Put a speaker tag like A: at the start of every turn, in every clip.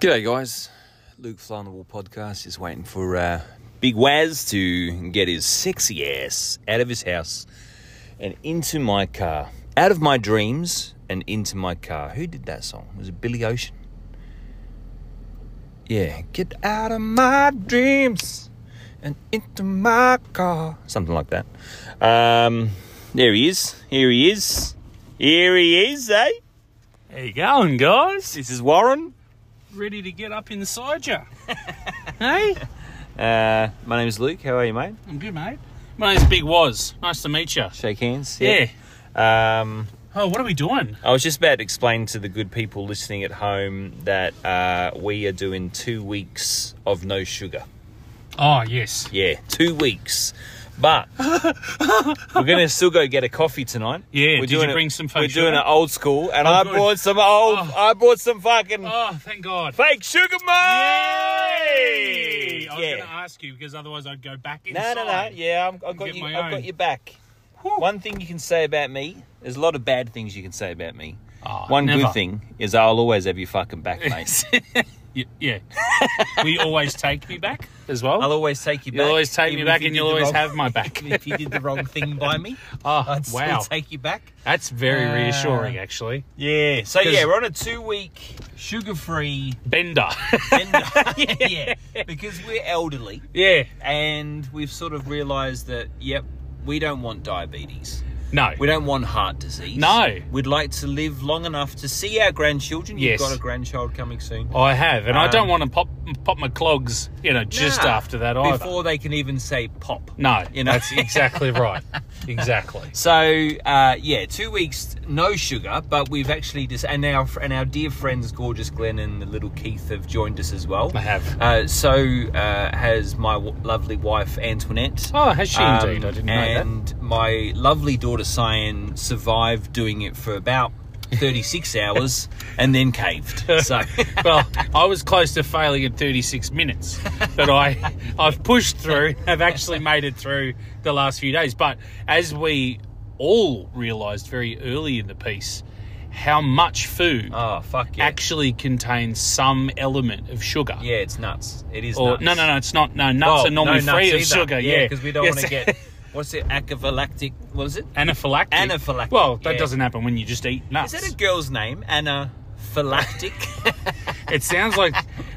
A: G'day, guys. Luke Fly on the Wall podcast is waiting for uh, Big Waz to get his sexy ass out of his house and into my car. Out of my dreams and into my car. Who did that song? Was it Billy Ocean? Yeah, get out of my dreams and into my car. Something like that. Um, there he is. Here he is. Here he is, eh?
B: How you going, guys?
A: This is Warren.
B: Ready to get up inside you? hey,
A: Uh, my name's Luke. How are you, mate?
B: I'm good, mate. My name's Big Was. Nice to meet you.
A: Shake hands.
B: Yeah.
A: Um,
B: Oh, what are we doing?
A: I was just about to explain to the good people listening at home that uh, we are doing two weeks of no sugar.
B: Oh, yes.
A: Yeah, two weeks. But we're gonna still go get a coffee tonight.
B: Yeah,
A: we're
B: did you bring some
A: We're
B: fake
A: doing
B: sugar?
A: it old school, and
B: Oh,
A: I
B: good.
A: brought some old.
B: Oh.
A: I brought some fucking
B: Oh, thank God.
A: fake sugar, mate.
B: I was going to ask you because otherwise I'd go back
A: No,
B: inside.
A: no, no. Yeah, I'm, I've got
B: Get
A: you.
B: my
A: I've
B: own.
A: got your back. One thing you can say about me. There's a lot of bad things you can say about me.
B: Oh,
A: One
B: never.
A: good thing is I'll always have your fucking back, mate.
B: Y- yeah. we always take me back as well.
A: I'll always take you back.
B: you'll always take me
A: even if
B: back
A: you
B: and
A: did
B: you'll
A: the
B: always
A: wrong-
B: have my back.
A: even if you did the wrong thing by me.
B: Oh,
A: I'd still
B: wow.
A: take you back.
B: That's very
A: Ah.
B: reassuring, actually.
A: Yeah. So
B: 'Cause-
A: yeah, we're on a two-week sugar-free.
B: Bender.
A: bender. yeah. Because we're elderly
B: yeah.
A: and we've sort of realised that yep, we don't want diabetes.
B: No.
A: We don't want heart disease.
B: No.
A: We'd like to live long enough to see our grandchildren.
B: Yes.
A: You've got a grandchild coming soon.
B: I have, and I
A: Um,
B: don't want to pop pop my clogs, you know, just
A: Nah,
B: after that either.
A: Before they can even say pop.
B: no,
A: you know.
B: that's exactly right. Exactly.
A: So uh, yeah, two weeks no sugar, but we've actually just and our and our dear friends, gorgeous Glenn and the little Keith, have joined us as well.
B: I have.
A: Uh, so uh, has my w- lovely wife Antoinette.
B: Oh, has she
A: Um,
B: indeed? I didn't know
A: and my lovely daughter Cyan survived doing it for about 36 hours and then caved. So
B: that. Well, I was close to failing in 36 minutes, but I I've pushed through. I've actually made it through the last few days. But as we all realised very early in the piece, how much food
A: oh fuck yeah,
B: actually contains some element of sugar.
A: yeah, it's nuts. It is.
B: Or
A: nuts.
B: no, no, no, it's not. No, nuts
A: Oh,
B: are normally
A: no nuts
B: free of
A: either.
B: sugar. Yeah,
A: because we don't
B: Yes.
A: want to get what's it acaphalactic. What is it?
B: Anaphylactic.
A: Anaphylactic,
B: Well, that
A: yeah.
B: doesn't happen when you just eat nuts.
A: Is that a girl's name? Anna Phylactic?
B: it sounds like,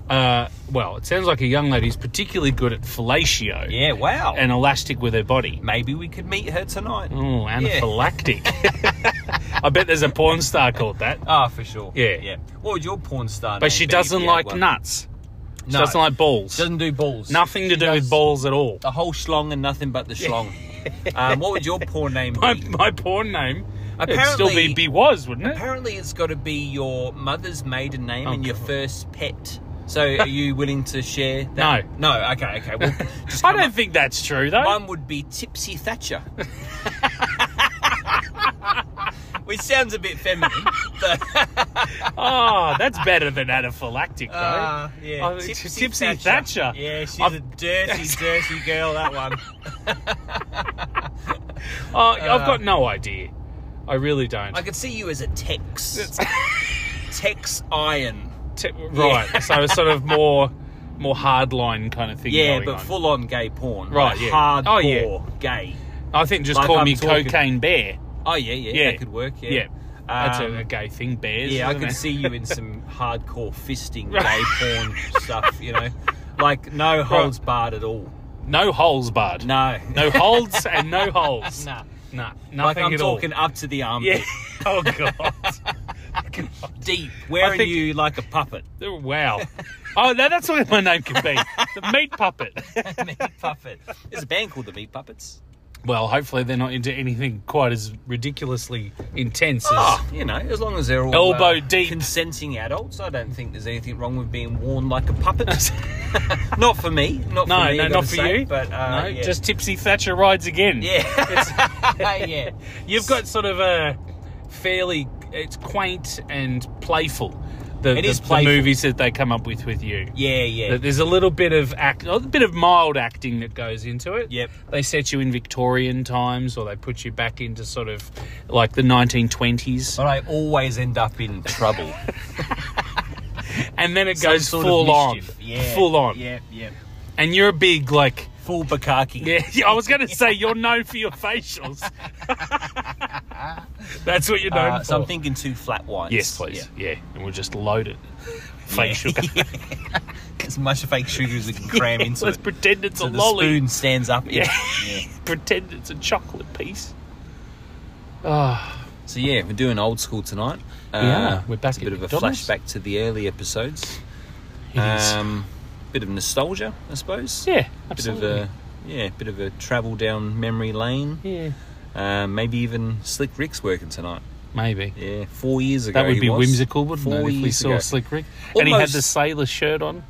B: uh, well, it sounds like a young lady who's particularly good at fellatio
A: yeah, wow.
B: and elastic with her body.
A: maybe we could meet her tonight.
B: Oh, anaphylactic. I bet there's a porn star called that.
A: Ah, for sure.
B: Yeah.
A: Yeah. What would your porn star name
B: But she
A: be if
B: doesn't
A: you had
B: like
A: one?
B: nuts. She
A: No.
B: doesn't like balls.
A: Doesn't do balls.
B: Nothing to
A: She
B: do
A: does
B: with balls at all.
A: The whole schlong and nothing but the schlong. um, what would your porn name
B: My,
A: be?
B: my porn name would still
A: Apparently-
B: be B was, wouldn't it?
A: Apparently, it's got to be your mother's maiden name
B: Oh,
A: and your
B: God.
A: first pet. So, are you willing to share that? No. No, okay, okay. Well, just
B: I
A: come
B: don't think that's true though.
A: Mine would be Tipsy Thatcher. Which sounds a bit feminine, but
B: oh, that's better than anaphylactic though.
A: uh, yeah,
B: Oh, Tipsy Thatcher.
A: Yeah, she's
B: I've-
A: a dirty, dirty girl. That one.
B: Oh, I've got no idea. I really don't.
A: Uh, I could see you as a Tex. Tex Iron.
B: T- right. So it's sort of more more hardline kind of thing.
A: Yeah,
B: going
A: but
B: on.
A: full on gay porn.
B: Right,
A: like
B: yeah.
A: Hardcore
B: Oh, yeah.
A: gay.
B: I think just
A: like
B: call
A: I'm
B: me
A: talking-
B: Cocaine Bear.
A: Oh yeah, yeah,
B: Yeah.
A: that could work. Yeah.
B: Yeah. That's a, a
A: Um,
B: gay thing, bears.
A: Yeah, I
B: isn't
A: can
B: it?
A: see you in some hardcore fisting, gay
B: Right.
A: porn stuff. You know, like no holds barred at all.
B: No holes, bud.
A: No,
B: No holds and no holes.
A: Nah.
B: Nah,
A: like
B: nothing
A: I'm
B: at
A: talking
B: all.
A: up to the arm,
B: Yeah. Oh god.
A: deep, wearing
B: think-
A: you like a puppet.
B: wow. Oh, no, that's what my name could be. The meat puppet.
A: meat puppet. There's a band called the Meat Puppets.
B: Well, hopefully they're not into anything quite as ridiculously intense as
A: Oh, you know, as long as they're all
B: Ah!
A: uh,
B: Elbow deep.
A: consenting adults, I don't think there's anything wrong with being worn like a puppet. not for me. Not
B: No,
A: for me. I
B: no,
A: gotta
B: not for
A: say,
B: you.
A: But uh,
B: no,
A: yeah.
B: just Tipsy Thatcher rides again.
A: yeah, yeah.
B: You've got sort of a fairly it's quaint and playful. The,
A: It
B: the-
A: is
B: the
A: playful.
B: movies that they come up with with you.
A: Yeah, yeah.
B: That There's a little bit of act, a bit of mild acting that goes into it.
A: Yep.
B: They set you in Victorian times, or they put you back into sort of like the 1920s,
A: But I always end up in trouble.
B: and then it
C: Some
B: goes
C: sort
B: full
C: of
B: on,
C: mischief. Yeah,
B: full on.
C: Yeah, yeah.
B: And you're a big like.
C: Full Bukaki.
B: Yeah, yeah, I was going to say you're known for your facials. That's what you're known
C: Uh,
B: for.
C: so I'm thinking two flat whites.
B: Yes, please. Yeah. and we'll just load it. Fake sugar.
C: As much fake sugar as we can cram into
B: Let's
C: it.
B: pretend it's
C: So
B: a
C: the
B: lolly.
C: spoon stands up. in it.
B: Yeah.
C: yeah.
B: Pretend it's a chocolate piece. Ah,
A: So yeah, we're doing old school tonight. Uh,
B: Yeah, we're back
A: It's a
B: at
A: bit of a
B: McDonald's.
A: flashback to the early episodes. Um,
B: it is. uh,
A: bit of nostalgia, I suppose.
B: Um, yeah,
A: Bit of
B: absolutely.
A: a yeah, bit of a travel down memory lane.
B: yeah,
A: Uh, maybe even Slick Rick's working tonight.
B: maybe.
A: Yeah, four years ago.
B: That would
A: he
B: be
A: was.
B: whimsical, wouldn't
A: Four
B: it? If we
A: years
B: saw
A: ago.
B: Slick Rick, and he had the
A: Almost-
B: sailor shirt on.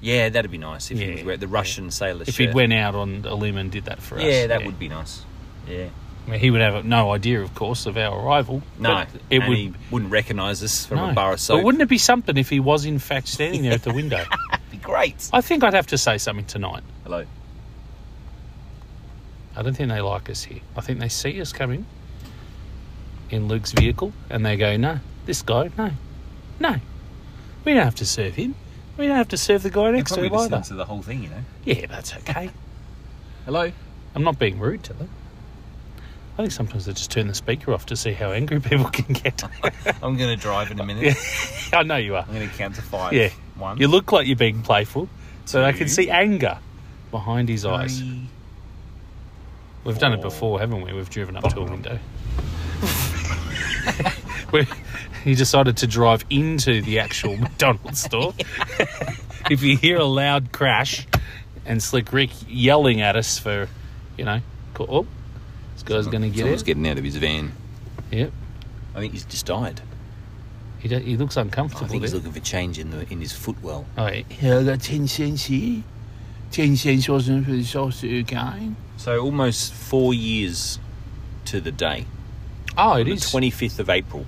A: Yeah, that'd be nice if he
B: Yeah,
A: was wearing the
B: yeah.
A: Russian sailor
B: If
A: shirt.
B: he'd went out on a limb and did that for us,
A: yeah, that would be nice. Yeah.
B: I mean, he would have no idea, of course, of our arrival.
A: No,
B: but it
A: and
B: would.
A: he wouldn't recognise us from
B: no.
A: a bar of soap.
B: But wouldn't it be something if he was in fact standing there at the window?
C: That'd be great.
B: I think I'd have to say something tonight.
A: Hello.
B: I don't think they like us here. I think they see us coming in Luke's vehicle and they go, no, this guy, no, no. We don't have to serve him. We don't have to serve the guy
C: They
B: next to
C: probably
B: him
C: listen
B: either.
C: to the whole thing, you know.
B: Yeah, that's okay.
A: Hello.
B: I'm not being rude to them. I think sometimes they just turn the speaker off to see how angry people can get.
C: I'm gonna drive in a minute.
B: I know you are.
C: I'm gonna count to five.
B: Yeah.
C: One.
B: You look like you're being playful, so I can
C: Two.
B: see anger behind his eyes.
C: three.
B: We've done it
C: Four.
B: before, haven't we? We've driven
A: Oh,
B: up to a window. we, he decided to drive into the actual McDonald's store. if you hear a loud crash and Slick Rick yelling at us for, you know, co- oh, this guy's going to get
A: Someone's
B: it.
A: getting out of his van.
B: Yep.
A: I think he's just died.
B: He, do- he looks
A: I
B: uncomfortable.
A: think he's
B: there.
A: looking for change in the in his footwell.
B: Oh, yeah.
D: Here I got 10 cents here. 10 cents wasn't for the saucer kind.
A: So almost four years to the day.
B: oh, it
A: the
B: is.
A: twenty fifth of April,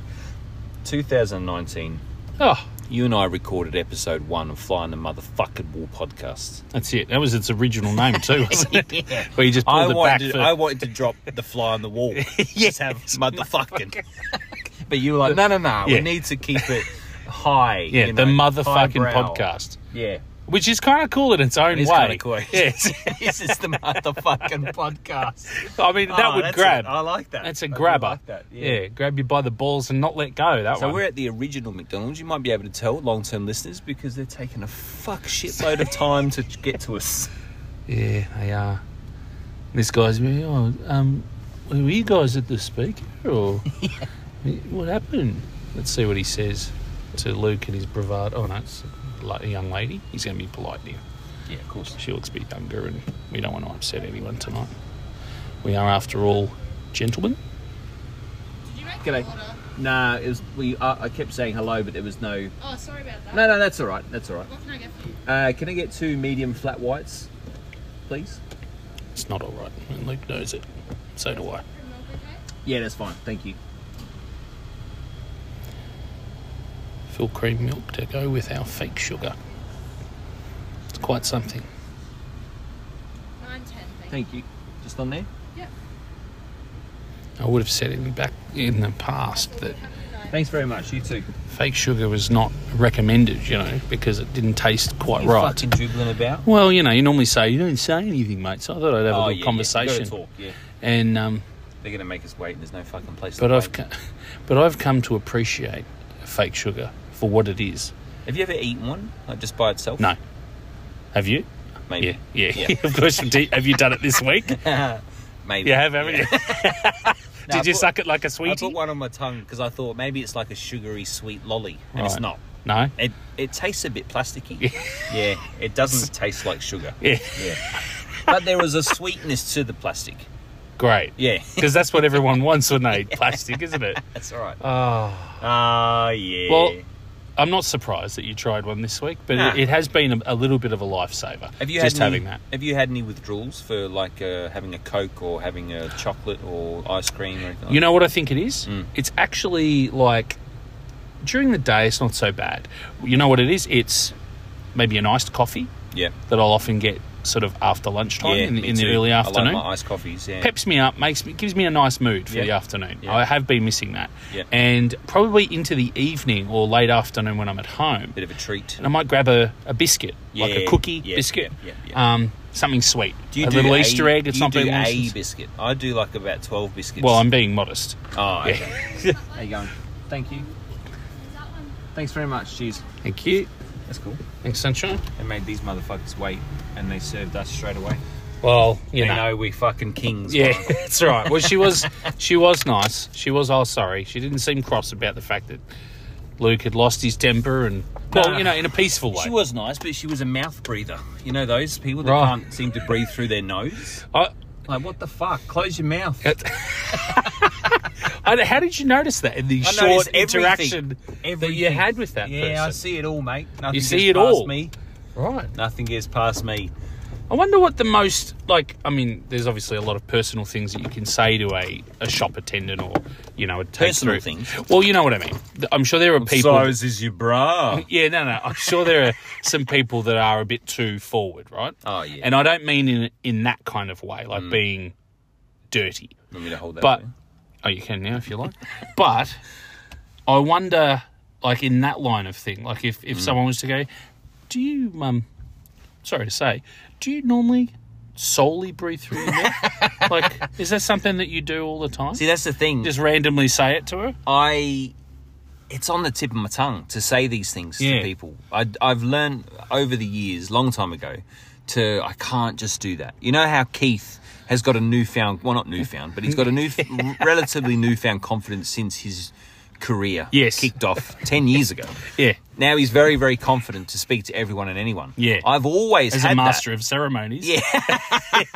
A: two thousand and nineteen.
B: Oh,
A: You and I recorded episode one of Flying the Motherfucking Wall podcast.
B: that's it. That was its original name too, wasn't it?
C: Yeah.
B: Where you just
A: I
B: pulled it back.
A: wanted,
B: for-
A: to, I wanted to drop the fly on the wall. yes, have motherfucking. but you were like, no, no, no.
B: Yeah.
A: We need to keep it high.
B: yeah,
A: you
B: the
A: know,
B: motherfucking
A: highbrow.
B: podcast.
A: Yeah,
B: which is kind of cool in its own
A: It is
B: way.
A: kinda cool.
B: Yes,
C: this is the motherfucking podcast.
B: I mean that
C: Oh,
B: would
C: that's
B: grab.
C: it. I like that.
B: that's a
C: I do
B: grabber.
C: like that,
B: yeah. grab you by the balls and not let go. That
A: So
B: one.
A: we're at the original McDonald's. You might be able to tell long-term listeners because they're taking a fuck shitload of time to get to us.
B: yeah, they are. This guy's me. Oh, um, were you guys at the speaker or what happened? Let's see what he says to Luke and his bravado. Oh no, it's a li- a young lady. He's going to be polite now.
A: Yeah, of course.
B: She looks a bit younger, and we don't want to upset anyone tonight. We are, after all, gentlemen.
A: G'day. Nah, it was we. I I kept saying hello, but there was no.
E: Oh, sorry about that.
A: No, no, that's all right. That's all right.
E: What can I get for you?
A: Uh, can I get two medium flat whites, please?
B: It's not all right, and Luke knows it. So do I.
E: Milk, okay?
A: Yeah, that's fine. Thank you.
B: full cream milk to go with our fake sugar. It's quite something.
E: Nine ten, thank
A: Thank you. Just on there.
E: you. Yep.
B: I would have said in back in the past that
E: Have a good night.
A: Thanks very much. You too.
B: fake sugar was not recommended, you know, because it didn't taste quite
A: You
B: right.
A: Fucking dribbling about. Oh,
B: Well, you know, you normally say you don't say anything, mate. So I thought I'd have a little
A: yeah,
B: conversation.
A: Yeah. Gotta talk. Yeah.
B: And um,
A: They're gonna make us wait, and there's no fucking place.
B: but
A: to
B: I've
A: wait.
B: co- but I've come to appreciate fake sugar for what it is.
A: Have you ever eaten one like just by itself?
B: No, have you?
A: Maybe.
B: Yeah, yeah. of course. you did. Have you done it this week?
A: Maybe.
B: You have, haven't you?
A: No,
B: Did
A: I
B: you
A: put-
B: suck it like
A: I
B: a sweetie?
A: put one on my tongue because I thought maybe it's like a sugary sweet lolly, and it's
B: Right.
A: not.
B: No.
A: It it tastes a bit plasticky. yeah, it doesn't taste like sugar.
B: Yeah.
A: Yeah. but there was a sweetness to the plastic.
B: Great.
A: Yeah.
B: Because that's what everyone wants when they eat plastic, isn't it?
A: That's all right.
B: Oh.
A: Ah, yeah.
B: Well, I'm not surprised that you tried one this week, but
A: Nah.
B: it, it has been a, a little bit of a lifesaver.
A: have you
B: just
A: had
B: having
A: any,
B: that?
A: Have you had any withdrawals for like uh, having a Coke or having a chocolate or ice cream or anything?
B: You know what I think it is?
A: Oh. Mm.
B: It's actually like during the day, it's not so bad. You know what it is? It's maybe an iced coffee
A: Yeah.
B: that I'll often get sort of after lunchtime
A: Yeah,
B: in, the-
A: me
B: in the
A: too.
B: early
A: I
B: afternoon.
A: like my iced coffees. Yeah.
B: Peps me up, makes me gives me a nice mood for
A: Yeah.
B: the afternoon.
A: Yeah.
B: I have been missing that,
A: Yeah.
B: and probably into the evening or late afternoon when I'm at home,
A: Bit of a treat.
B: and I might grab a, a biscuit, like a
A: Yeah,
B: cookie
A: yeah,
B: biscuit,
A: yeah, yeah, yeah.
B: Um, something sweet,
A: Do you
B: a
A: do
B: little Easter egg.
A: do
B: It's
A: you
B: not
A: do
B: been long
A: a
B: since-
A: biscuit. I do like about twelve biscuits.
B: Well, I'm being modest.
A: Oh, okay.
C: How you going? Thank you. Thanks very much. Cheers.
B: Thank you.
C: That's cool.
B: Thanks, sunshine.
C: They made these motherfuckers wait, and they served us straight away.
B: Well, you
A: You
B: know.
A: know we fucking kings.
B: Yeah, it's all right. Well, she was she was nice. She was oh sorry. She didn't seem cross about the fact that Luke had lost his temper and well,
A: No.
B: you know, in a peaceful way.
A: She was nice, but she was a mouth breather. You know those people that
B: Right.
A: can't seem to breathe through their nose.
B: I,
C: Like, what the fuck? Close your mouth.
B: I, how did you notice that in the
A: noticed
B: short
A: everything.
B: interaction that you
C: Everything.
B: had with that
C: yeah, I
B: person?
C: see it all, mate. Nothing
B: You see
C: gets
B: it
C: past
B: all.
C: Me.
B: Right.
C: Nothing gets past me.
B: I wonder what the most like. I mean, there's obviously a lot of personal things that you can say to a, a shop attendant or you know a take
A: Personal
B: through.
A: things?
B: Well, you know what I mean. I'm sure there are people.
A: is your bra.
B: Yeah, no, no. I'm sure there are some people that are a bit too forward, right?
A: Oh, yeah. Mm.
B: And I don't mean in in that kind of way, like being dirty.
A: Want me to hold that?
B: But
A: for you?
B: oh, you can now if you like. but I wonder, like in that line of thing, like if
A: Mm.
B: if someone was to go, do you, um, sorry to say, do you normally solely breathe through your mouth? like, is that something that you do all the time?
A: see, that's the thing.
B: Just randomly say it to her.
A: I it's on the tip of my tongue to say these things
B: Yeah.
A: to people. I, I've learned over the years, long time ago, to I can't just do that. You know how Keith has got a newfound, well, not newfound, but he's got a new, relatively newfound confidence since his career
B: Yes.
A: kicked off 10 years ago.
B: Yeah.
A: Now he's very, very confident to speak to everyone and anyone.
B: Yeah.
A: I've always
B: As
A: had
B: a
A: that.
B: master of ceremonies. Yeah.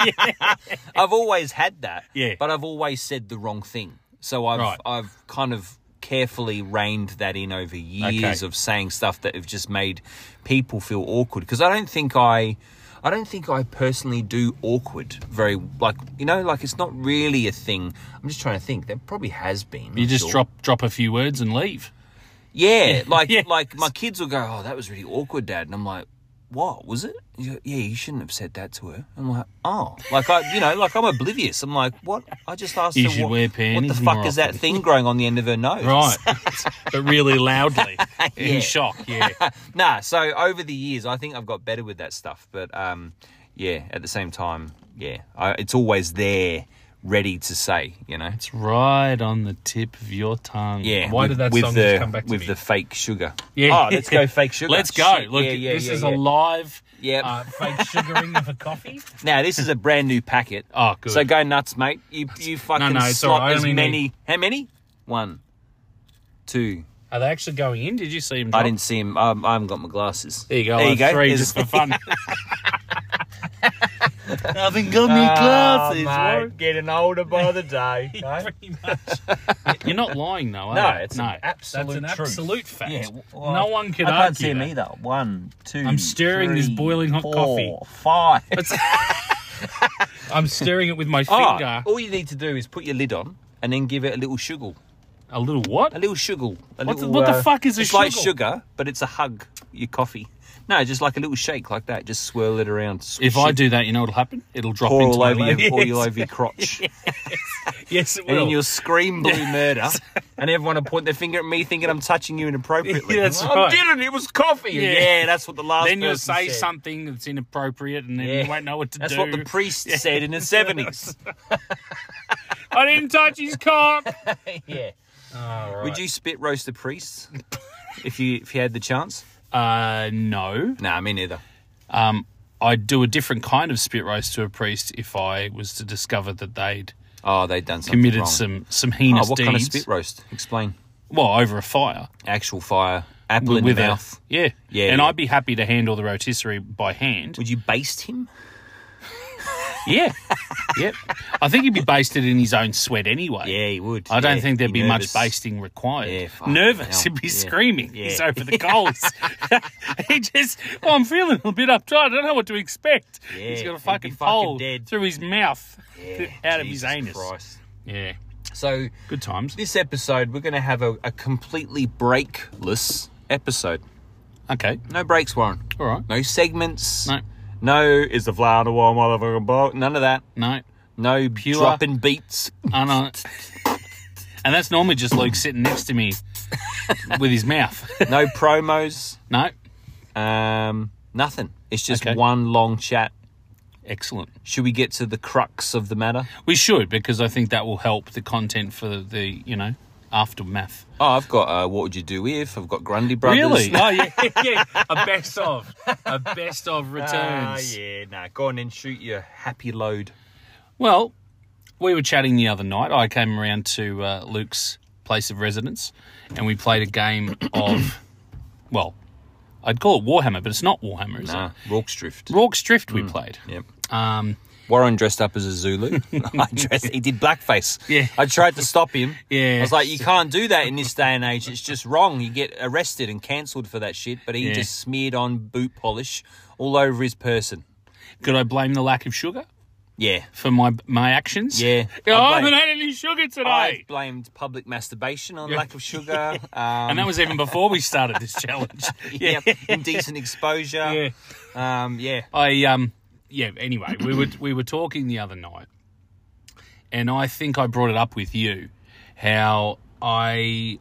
A: I've always had that.
B: Yeah.
A: But I've always said the wrong thing. So I've
B: Right.
A: I've kind of carefully reined that in over years
B: Okay.
A: of saying stuff that have just made people feel awkward because I don't think I I don't think I personally do awkward very like you know like it's not really a thing. I'm just trying to think. There probably has been.
B: You
A: I'm
B: just
A: sure.
B: drop drop a few words and leave.
A: Yeah, like
B: Yeah.
A: like my kids will go, "Oh, that was really awkward, Dad," and I'm like, "What was it?" He's like, yeah, you shouldn't have said that to her. I'm like, "Oh, like I, you know, like I'm oblivious." I'm like, "What?" I just asked
B: You
A: her,
B: should
A: what,
B: wear
A: What the
B: panties
A: fuck
B: more
A: is that
B: often."
A: thing growing on the end of her nose?"
B: Right. but really loudly.
A: Yeah.
B: In shock, yeah.
A: nah. So over the years, I think I've got better with that stuff, but um, yeah. At the same time, yeah, I, it's always there, ready to say. You know.
B: It's right on the tip of your tongue.
A: Yeah,
B: Why
A: with,
B: did that
A: with
B: song
A: the,
B: just come back to
A: with
B: me?
A: the fake sugar?
B: Yeah.
A: Oh, let's go fake sugar.
B: Let's go.
A: Shit,
B: Look,
A: yeah, yeah,
B: this
A: yeah,
B: is
A: yeah.
B: a live
A: Yep.
B: uh, fake sugaring of a coffee.
A: Now this is a brand new packet.
B: Oh, good.
A: So go nuts, mate. You you fucking
B: no, it's all
A: slot
B: right. I
A: as
B: only
A: many. How many? One, two.
B: Are they actually going in? Did you see them?
A: I
B: drop?
A: didn't see him. Um, I haven't got my glasses.
B: There you go.
A: There you
B: I'll have
A: go.
B: Three
A: There's-
B: just for fun.
C: Nothing got me
B: Ah, glasses, right?
C: Getting older by the day. eh?
B: Pretty much. You're not lying, though. Are
A: No,
B: you?
A: it's
B: no.
A: an
B: That's
A: absolute
B: an
A: truth.
B: absolute fact.
A: Yeah, well,
B: no one could
A: I
B: argue.
A: can't see him
B: that.
A: either. One, two.
B: I'm stirring this
A: three,
B: boiling hot
A: four,
B: coffee.
A: Five.
B: I'm stirring it with my
A: Oh,
B: finger.
A: all you need to do is put your lid on and then give it a little sugar.
B: A little what?
A: A little sugar. A
B: What
A: little,
B: the-
A: uh,
B: what the fuck is a
A: It's like
B: sugar?
A: sugar, but it's a hug. Your coffee. No, just like a little shake like that. Just swirl it around.
B: If I do that, you know what'll happen? It'll drop
A: pour
B: into
A: all
B: my
A: over your,
B: lap.
A: pour you over your crotch.
B: Yes, it
A: and then
B: will.
A: you'll scream blue murder, and everyone will point their finger at me thinking I'm touching you inappropriately.
B: Yeah, that's
A: I
B: right.
A: didn't. It was coffee.
B: Yeah.
A: Yeah, that's what the last.
B: Then you'll
A: person
B: say
A: said.
B: something that's inappropriate, and then
A: Yeah.
B: you won't know what to
A: That's
B: do.
A: what the priest said in the seventies.
B: I didn't touch his cock.
A: yeah. Would you spit roast the priest if you if you had the chance?
B: Uh, no.
A: Nah, me neither.
B: Um, I'd do a different kind of spit roast to a priest if I was to discover that they'd
A: Oh, they'd done something
B: committed
A: wrong.
B: some some
A: Oh,
B: heinous
A: what
B: deeds.
A: kind of spit roast? Explain.
B: well, over a fire
A: Actual fire, apple in
B: with
A: the
B: a
A: mouth.
B: yeah,
A: Yeah,
B: And
A: yeah.
B: I'd be happy to handle the rotisserie by hand.
A: Would you baste him?
B: yeah, yep. I think he'd be basted in his own sweat anyway.
A: Yeah, he would.
B: I don't
A: Yeah,
B: think there'd be
A: nervous.
B: much basting required.
A: Yeah, fuck,
B: Nervous,
A: hell,
B: he'd be
A: yeah,
B: screaming. He's
A: yeah.
B: over the goals. he just, oh, I'm feeling a little bit uptight. I don't know what to expect.
A: Yeah,
B: He's got a
A: he'd be
B: fucking
A: fucking
B: pole
A: dead.
B: through his mouth
A: Yeah,
B: out of his
A: Jesus
B: anus.
A: Christ.
B: Yeah,
A: So
B: good times.
A: this episode, we're going to have a, a completely breakless episode.
B: Okay,
A: No breaks, Warren.
B: all right.
A: No segments.
B: No.
A: No, is the fly on the wall, motherfucker, blow. None of that.
B: No.
A: No
B: Pure-
A: dropping beats.
B: I know. And that's normally just Luke sitting next to me with his mouth.
A: No promos.
B: no.
A: Um, nothing. It's just
B: Okay.
A: one long chat.
B: Excellent.
A: Should we get to the crux of the matter?
B: We should because I think that will help the content for the, the you know aftermath.
A: Oh, I've got uh, what would you do if? I've got Grundy Brothers.
B: Really? oh yeah, yeah. A best of, a best of
A: Ah,
B: returns.
A: yeah, nah. Go on and shoot your happy load.
B: Well, we were chatting the other night. I came around to uh, Luke's place of residence, and we played a game of, well, I'd call it Warhammer, but it's not Warhammer, is
A: Nah, Hmm.
B: it?
A: Rorke's Drift.
B: Rorke's Drift. We played.
A: Ah, Yep.
B: Um,
A: Warren dressed up as a Zulu. I dressed, he did blackface.
B: Yeah.
A: I tried to stop him.
B: Yeah.
A: I was like, you can't do that in this day and age. It's just wrong. You get arrested and cancelled for that shit. But he
B: Yeah.
A: just smeared on boot polish all over his person.
B: could I blame the lack of sugar
A: Yeah.
B: for my my actions?
A: Yeah.
B: Oh, I
A: I
B: haven't
A: blame-
B: had any sugar today.
A: I blamed public masturbation on lack of sugar. Um,
B: and that was even before we started this challenge. Yeah.
A: yep, indecent exposure. Yeah. Um, yeah.
B: I um yeah, anyway, we were we were talking the other night and I think I brought it up with you how I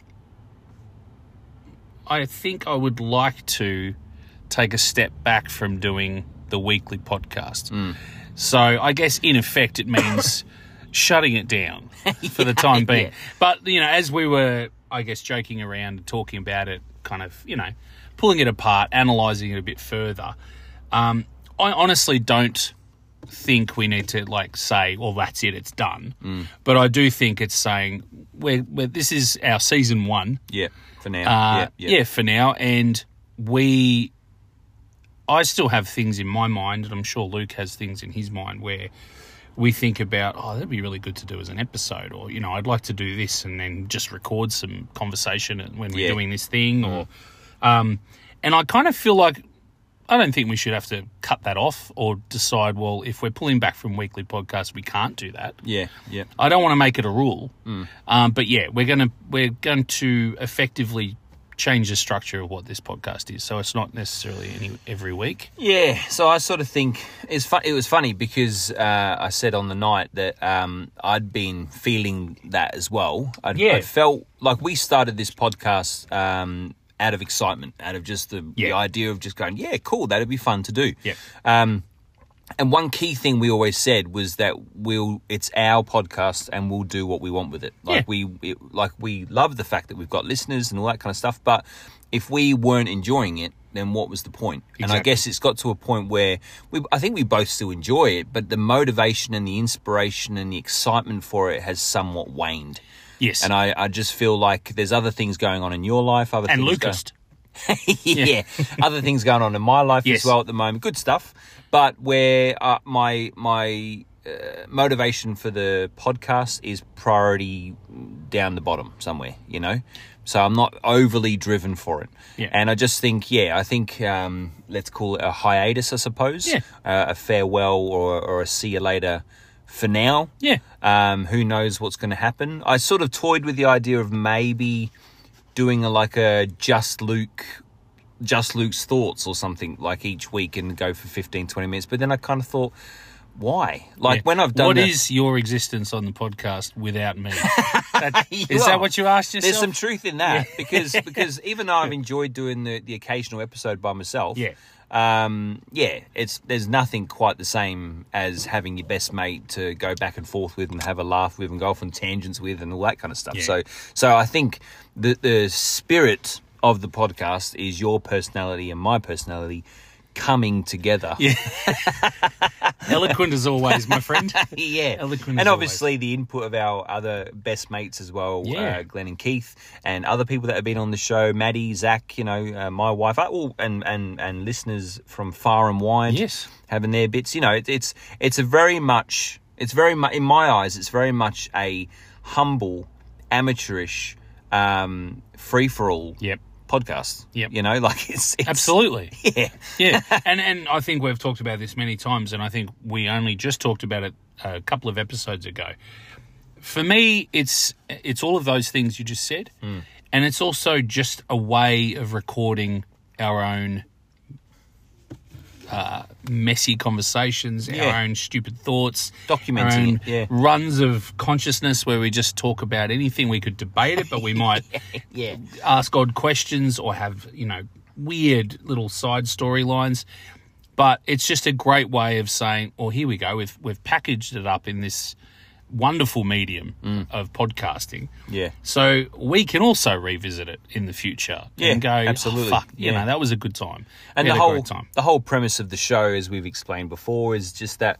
B: I think I would like to take a step back from doing the weekly podcast. So I guess in effect it means shutting it down for the time being. But you know, as we were I guess joking around and talking about it, kind of, you know, pulling it apart, analysing it a bit further, um, I honestly don't think we need to like say, well, that's it, it's done. But I do think it's saying we're, we're this is our season one.
A: Yeah. For now.
B: Uh,
A: yeah,
B: yeah, for now, and we. I still have things in my mind, and I'm sure Luke has things in his mind where we think about, oh, that'd be really good to do as an episode, or you know, I'd like to do this, and then just record some conversation when we're
A: Yeah. Mm.
B: doing this thing, or, um, and I kind of feel like I don't think we should have to cut that off or decide, well, if we're pulling back from weekly podcasts, we can't do that.
A: Yeah. Yeah.
B: I don't want to make it a rule,
A: Hmm.
B: um, but yeah, we're gonna we're going to effectively change the structure of what this podcast is, so it's not necessarily any every week.
A: Yeah, so I sort of think it's fun, it was funny because uh, I said on the night that um, I'd been feeling that as well. I'd,
B: Yeah.
A: I felt like we started this podcast um, out of excitement, out of just the, the
B: Yeah.
A: idea of just going, yeah, cool, that'd be fun to do.
B: Yeah.
A: Um, and one key thing we always said was that we'll it's our podcast and we'll do what we want with it. Like
B: Yeah.
A: we it, like we love the fact that we've got listeners and all that kind of stuff, but if we weren't enjoying it, then what was the point? And I
B: Exactly.
A: guess it's got to a point where we I think we both still enjoy it, but the motivation and the inspiration and the excitement for it has somewhat waned.
B: Yes,
A: And I, I just feel like there's other things going on in your life, other
B: and
A: things go-
B: Lucas.
A: yeah. other things going on in my life
B: Yes.
A: as well at the moment. Good stuff, but where uh, my my uh, motivation for the podcast is priority down the bottom somewhere, you know. So I'm not overly driven for it,
B: Yeah.
A: and I just think, yeah, I think um, let's call it a hiatus, I suppose,
B: Yeah.
A: uh, a farewell or or a see you later for now.
B: Yeah,
A: Um, who knows what's going to happen? I sort of toyed with the idea of maybe doing a, like a just Luke, just Luke's thoughts or something like each week and go for 15, 20 minutes. But then I kind of thought, why? Like
B: Yeah.
A: when I've done
B: What
A: that-
B: is your existence on the podcast without me? That- Is
A: You are.
B: that what you asked yourself?
A: there's some truth in that because because even though I've enjoyed doing the, the occasional episode by myself,
B: Yeah.
A: um, yeah, it's there's nothing quite the same as having your best mate to go back and forth with and have a laugh with and go off on tangents with and all that kind of stuff.
B: Yeah.
A: So so I think the the spirit of the podcast is your personality and my personality coming together.
B: Yeah. Eloquent as always, my friend.
A: yeah,
B: Eloquent as
A: and
B: always.
A: obviously the input of our other best mates as well,
B: Yeah.
A: uh, Glenn and Keith, and other people that have been on the show, Maddie, Zach, you know, uh, my wife, uh, all, and and and listeners from far and wide,
B: Yes.
A: having their bits. You know, it, it's it's a very much, it's very much in my eyes, it's very much a humble, amateurish, um, free for all
B: Yep.
A: podcast.
B: Yep.
A: you know, like it's, it's
B: Absolutely.
A: yeah,
B: yeah, and and I think we've talked about this many times, and I think we only just talked about it a couple of episodes ago. For me, it's it's all of those things you just said,
A: Hmm.
B: and it's also just a way of recording our own uh, messy conversations,
A: Yeah.
B: our own stupid thoughts,
A: Documenting
B: our own
A: it, yeah.
B: runs of consciousness where we just talk about anything. We could debate it, but we might
A: Yeah.
B: ask odd questions or have you know weird little side storylines but it's just a great way of saying well here we go we've we've packaged it up in this wonderful medium of podcasting
A: Mm. Yeah.
B: so we can also revisit it in the future
A: Yeah,
B: and go
A: absolutely.
B: "Oh, fuck you
A: Yeah.
B: know that was a good time
A: and
B: We
A: the
B: had a
A: whole
B: great time
A: the whole premise of the show, as we've explained before, is just that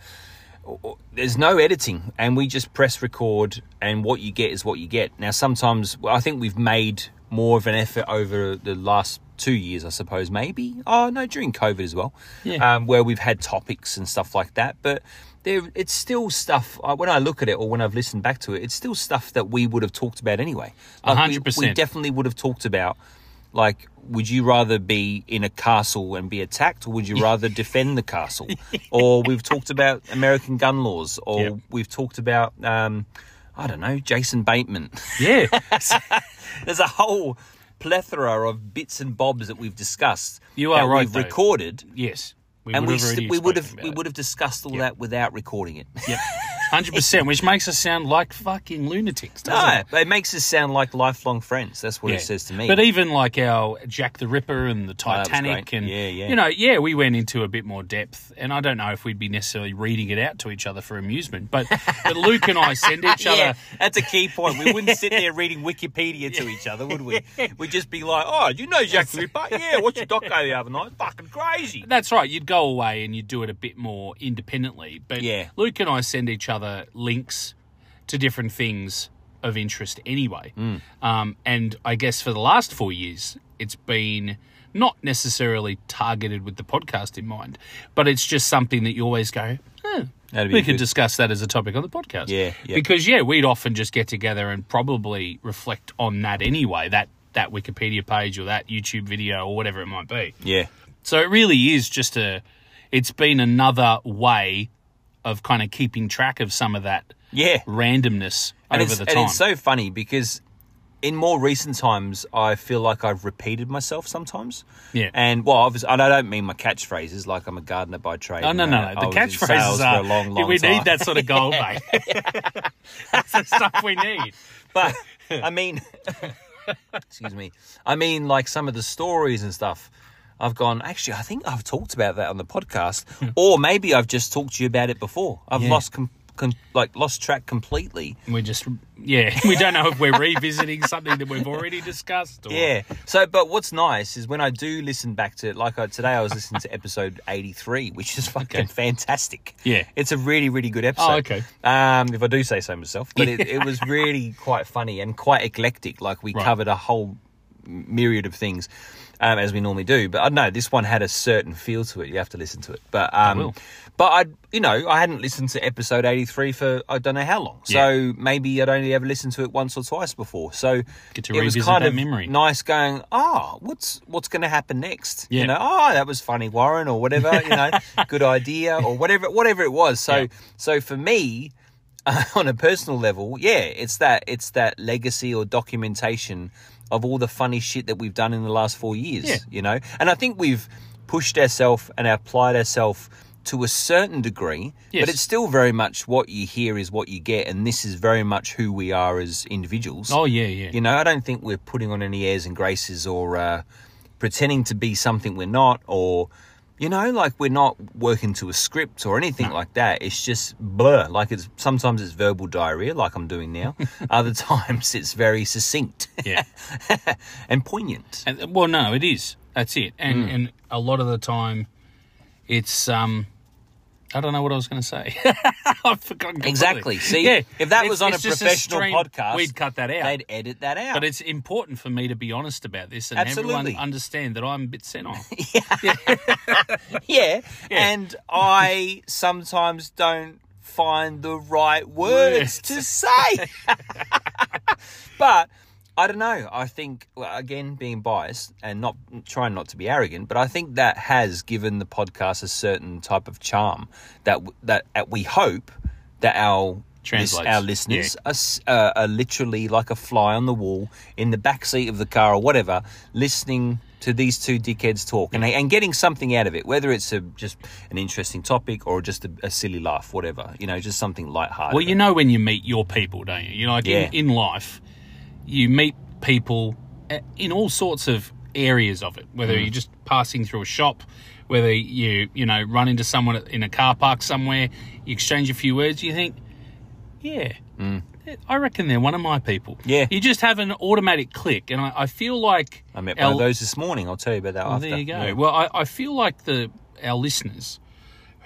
A: there's no editing, and we just press record, and what you get is what you get. Now, sometimes well, I think we've made more of an effort over the last two years, I suppose, maybe. Oh no, during COVID as well,
B: Yeah.
A: um, where we've had topics and stuff like that, but. There, it's still stuff. I- When I look at it, or when I've listened back to it, it's still stuff that we would have talked about anyway. Like, we- We,
B: 100%.
A: definitely would have talked about like would you rather be in a castle and be attacked or would you rather defend the castle or we've talked about american gun laws or
B: Yep.
A: we've talked about um, i don't know jason bateman
B: yeah
A: there's a whole plethora of bits and bobs that we've discussed
B: You are
A: that
B: right,
A: we've
B: though.
A: recorded
B: yes we
A: and we,
B: would've
A: st-
B: already
A: we would have
B: spoken
A: we
B: about
A: would have discussed all that without recording it.
B: it. yeah 100% which makes us sound like fucking lunatics doesn't
A: no,
B: it?
A: but it makes us sound like lifelong friends. That's what
B: Yeah.
A: it says to me. Oh,
B: But even like our Jack the Ripper and the
A: was
B: Titanic,
A: great.
B: and
A: Yeah, yeah.
B: you know, yeah, we went into a bit more depth. And I don't know if we'd be necessarily reading it out to each other for amusement, but, but Luke and I send each
A: Yeah,
B: other.
A: that's a key point. We wouldn't sit there reading Wikipedia to each other, would we? We'd just be like, "Oh, you know Jack the Ripper? Yeah, watched a doco the other night. Fucking crazy."
B: That's right. You'd go away and you'd do it a bit more independently. But
A: Yeah.
B: Luke and I send each other links to different things of interest anyway.
A: Mm.
B: Um, and I guess for the last four years, it's been not necessarily targeted with the podcast in mind, but it's just something that you always go, huh,
A: That'd be
B: we
A: a
B: could
A: good-
B: discuss that as a topic on the podcast.
A: Yeah, yeah.
B: Because, yeah, we'd often just get together and probably reflect on that anyway, that, that Wikipedia page or that YouTube video or whatever it might be.
A: Yeah,
B: So it really is just a. It's been another way of kind of keeping track of some of that
A: yeah.
B: randomness
A: And
B: over
A: it's,
B: the
A: and
B: time.
A: it's so funny because in more recent times, I feel like I've repeated myself sometimes.
B: Yeah.
A: And well, obviously, and I don't mean my catchphrases. Like I'm a gardener by trade.
B: Oh no
A: and,
B: no
A: uh,
B: no!
A: I
B: The
A: was in sales
B: catchphrases are
A: for a long, long
B: we
A: time.
B: need that sort of goal, mate. That's the stuff we need.
A: but I mean, excuse me. I mean, like some of the stories and stuff. I've gone. Actually, I think I've talked about that on the podcast, or maybe I've just talked to you about it before. I've lost, com- con- like, lost track completely.
B: We just yeah, we don't know if we're revisiting something that we've already discussed. Or,
A: Yeah. So, but what's nice is when I do listen back to, like, I, today I was listening to episode eighty-three, which is fucking
B: Okay.
A: fantastic.
B: Yeah. Oh,
A: it's a really, really good episode.
B: okay.
A: Um, if I do say so myself, but it, it was really quite funny and quite eclectic. Like we
B: Right.
A: covered a whole myriad of things, um, as we normally do. But I know this one had a certain feel to it. You have to listen to it. But um,
B: will.
A: but I, you know, I hadn't listened to episode eighty three for I don't know how long. So maybe I'd only ever listened to it once or twice before. So
B: Get to
A: it was
B: revisit
A: kind
B: that
A: of
B: memory.
A: nice going. Ah, what's what's going to happen next? You
B: Yeah.
A: know, oh, that was funny, Warren, or whatever. You know, good idea, or whatever, whatever it was. So
B: Yeah.
A: so for me. on a personal level, yeah, it's that it's that legacy or documentation of all the funny shit that we've done in the last four years.
B: Yeah.
A: You know, and I think we've pushed ourselves and applied ourselves to a certain degree,
B: Yes.
A: but it's still very much what you hear is what you get, and this is very much who we are as individuals.
B: Oh yeah yeah.
A: You know, I don't think we're putting on any airs and graces or uh, pretending to be something we're not, or you know, like we're not working to a script or anything like that. It's just blur. Like it's sometimes it's verbal diarrhea, like I'm doing now. Other times it's very succinct
B: yeah.
A: and poignant.
B: And, well, no, it is. That's it.
A: Hmm.
B: And and a lot of the time, it's um, I don't know what I was going to say. I've forgotten completely.
A: Exactly. See, if that was on a
B: it's just
A: professional
B: stream.
A: podcast,
B: we'd cut that out.
A: They'd edit that out.
B: But it's important for me to be honest about this, and
A: Absolutely.
B: everyone understand that I'm a bit sent off.
A: yeah. and I sometimes don't find the right words
B: Words.
A: to say. but I don't know. I think well, again, being biased and not trying not to be arrogant, but I think that has given the podcast a certain type of charm that w- that that we hope that our lis-
B: Translates.
A: our listeners are, s- uh, are literally like a fly on the wall in the backseat of the car or whatever, listening to these two dickheads talk and, and getting something out of it, whether it's a, just an interesting topic or just a, a silly laugh, whatever. You know, just something lighthearted.
B: Well, you know when you meet your people, don't you? You know, like
A: Yeah.
B: in, in life, you meet people uh, in all sorts of areas of it.
A: Mm.
B: Whether you're just passing through a shop, whether you you know run into someone in a car park somewhere, you exchange a few words, you think, yeah. eh, I reckon they're one of my people.
A: Mm. Yeah.
B: You just have an automatic click. And I, I feel like.
A: I met one
B: our-
A: of those this morning. I'll tell you about that
B: well,
A: after.
B: there you go.
A: Yeah.
B: Well, I, I feel like the our listeners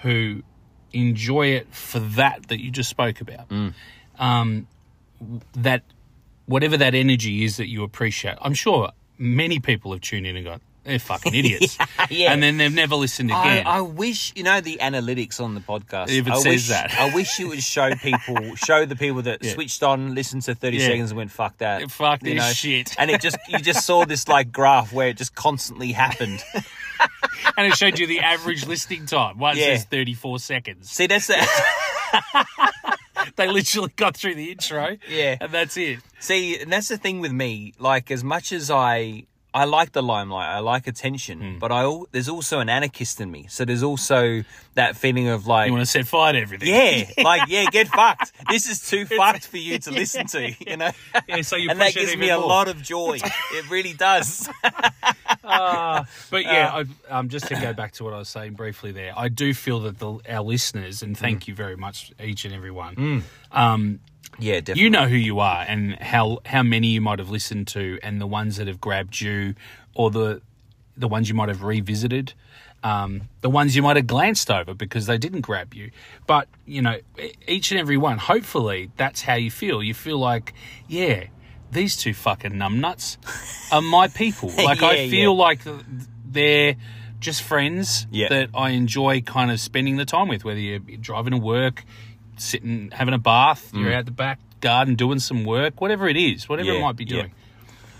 B: who enjoy it for that that you just spoke about,
A: Mm.
B: um, w- that whatever that energy is that you appreciate, I'm sure many people have tuned in and gone, they're fucking idiots,
A: yeah.
B: and then they've never listened
A: I,
B: again.
A: I wish you know the analytics on the podcast.
B: If it
A: I
B: says
A: wish,
B: that.
A: I wish you would show people, show the people that switched on, listened to thirty
B: Yeah.
A: seconds, and went "fuck that,
B: Fuck this shit.
A: and it just you just saw this like graph where it just constantly happened.
B: and it showed you the average listening time. One
A: Yeah.
B: says 34 seconds.
A: See, that's that.
B: They literally got through the intro,
A: Yeah.
B: and that's it.
A: See, and that's the thing with me. Like, as much as I I like the limelight, I like attention,
B: Hmm.
A: but I al- there's also an anarchist in me. So there's also that feeling of like.
B: You want to set fire to everything?
A: yeah, like yeah, get fucked. This is too fucked for you to listen to, you know.
B: Yeah, so you
A: and that
B: push it
A: gives
B: even
A: me a
B: more.
A: lot of joy. It really does.
B: But yeah, I, um, just to go back to what I was saying briefly there, I do feel that the, our listeners, and thank you very much, each and every one. Um,
A: yeah, definitely.
B: you know who you are and how how many you might have listened to, and the ones that have grabbed you, or the the ones you might have revisited, um, the ones you might have glanced over because they didn't grab you. But you know, e- each and every one. Hopefully, that's how you feel. You feel like, yeah, these two fucking numbnuts are my people. Like
A: Yeah,
B: I feel
A: yeah.
B: like th- they're just friends
A: Yeah.
B: that I enjoy kind of spending the time with, whether you're driving to work, sitting, having a bath, you're out the back garden doing some work, whatever it is, whatever
A: Mm. Yeah,
B: it might be
A: yeah.
B: doing.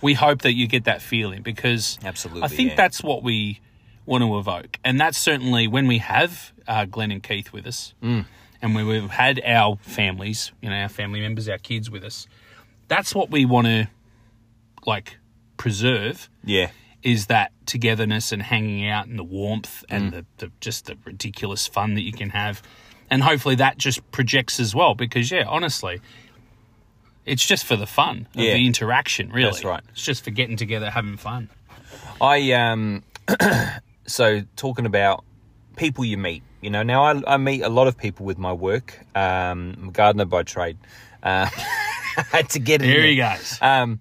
B: We hope that you get that feeling because
A: Absolutely,
B: I think
A: yeah.
B: that's what we want to evoke. And that's certainly when we have uh, Glenn and Keith with us
A: Mm.
B: and when we've had our families, you know, our family members, our kids with us. That's what we want to like preserve
A: yeah.
B: is that togetherness and hanging out and the warmth
A: Mm.
B: and the, the just the ridiculous fun that you can have and hopefully that just projects as well because yeah honestly it's just for the fun of
A: Yeah.
B: the interaction really
A: That's right.
B: it's just for getting together having fun
A: I um so talking about people you meet, you know, now I, I meet a lot of people with my work. Um I'm a gardener by trade. Uh I had to get it. in
B: there
A: there.
B: you guys
A: Um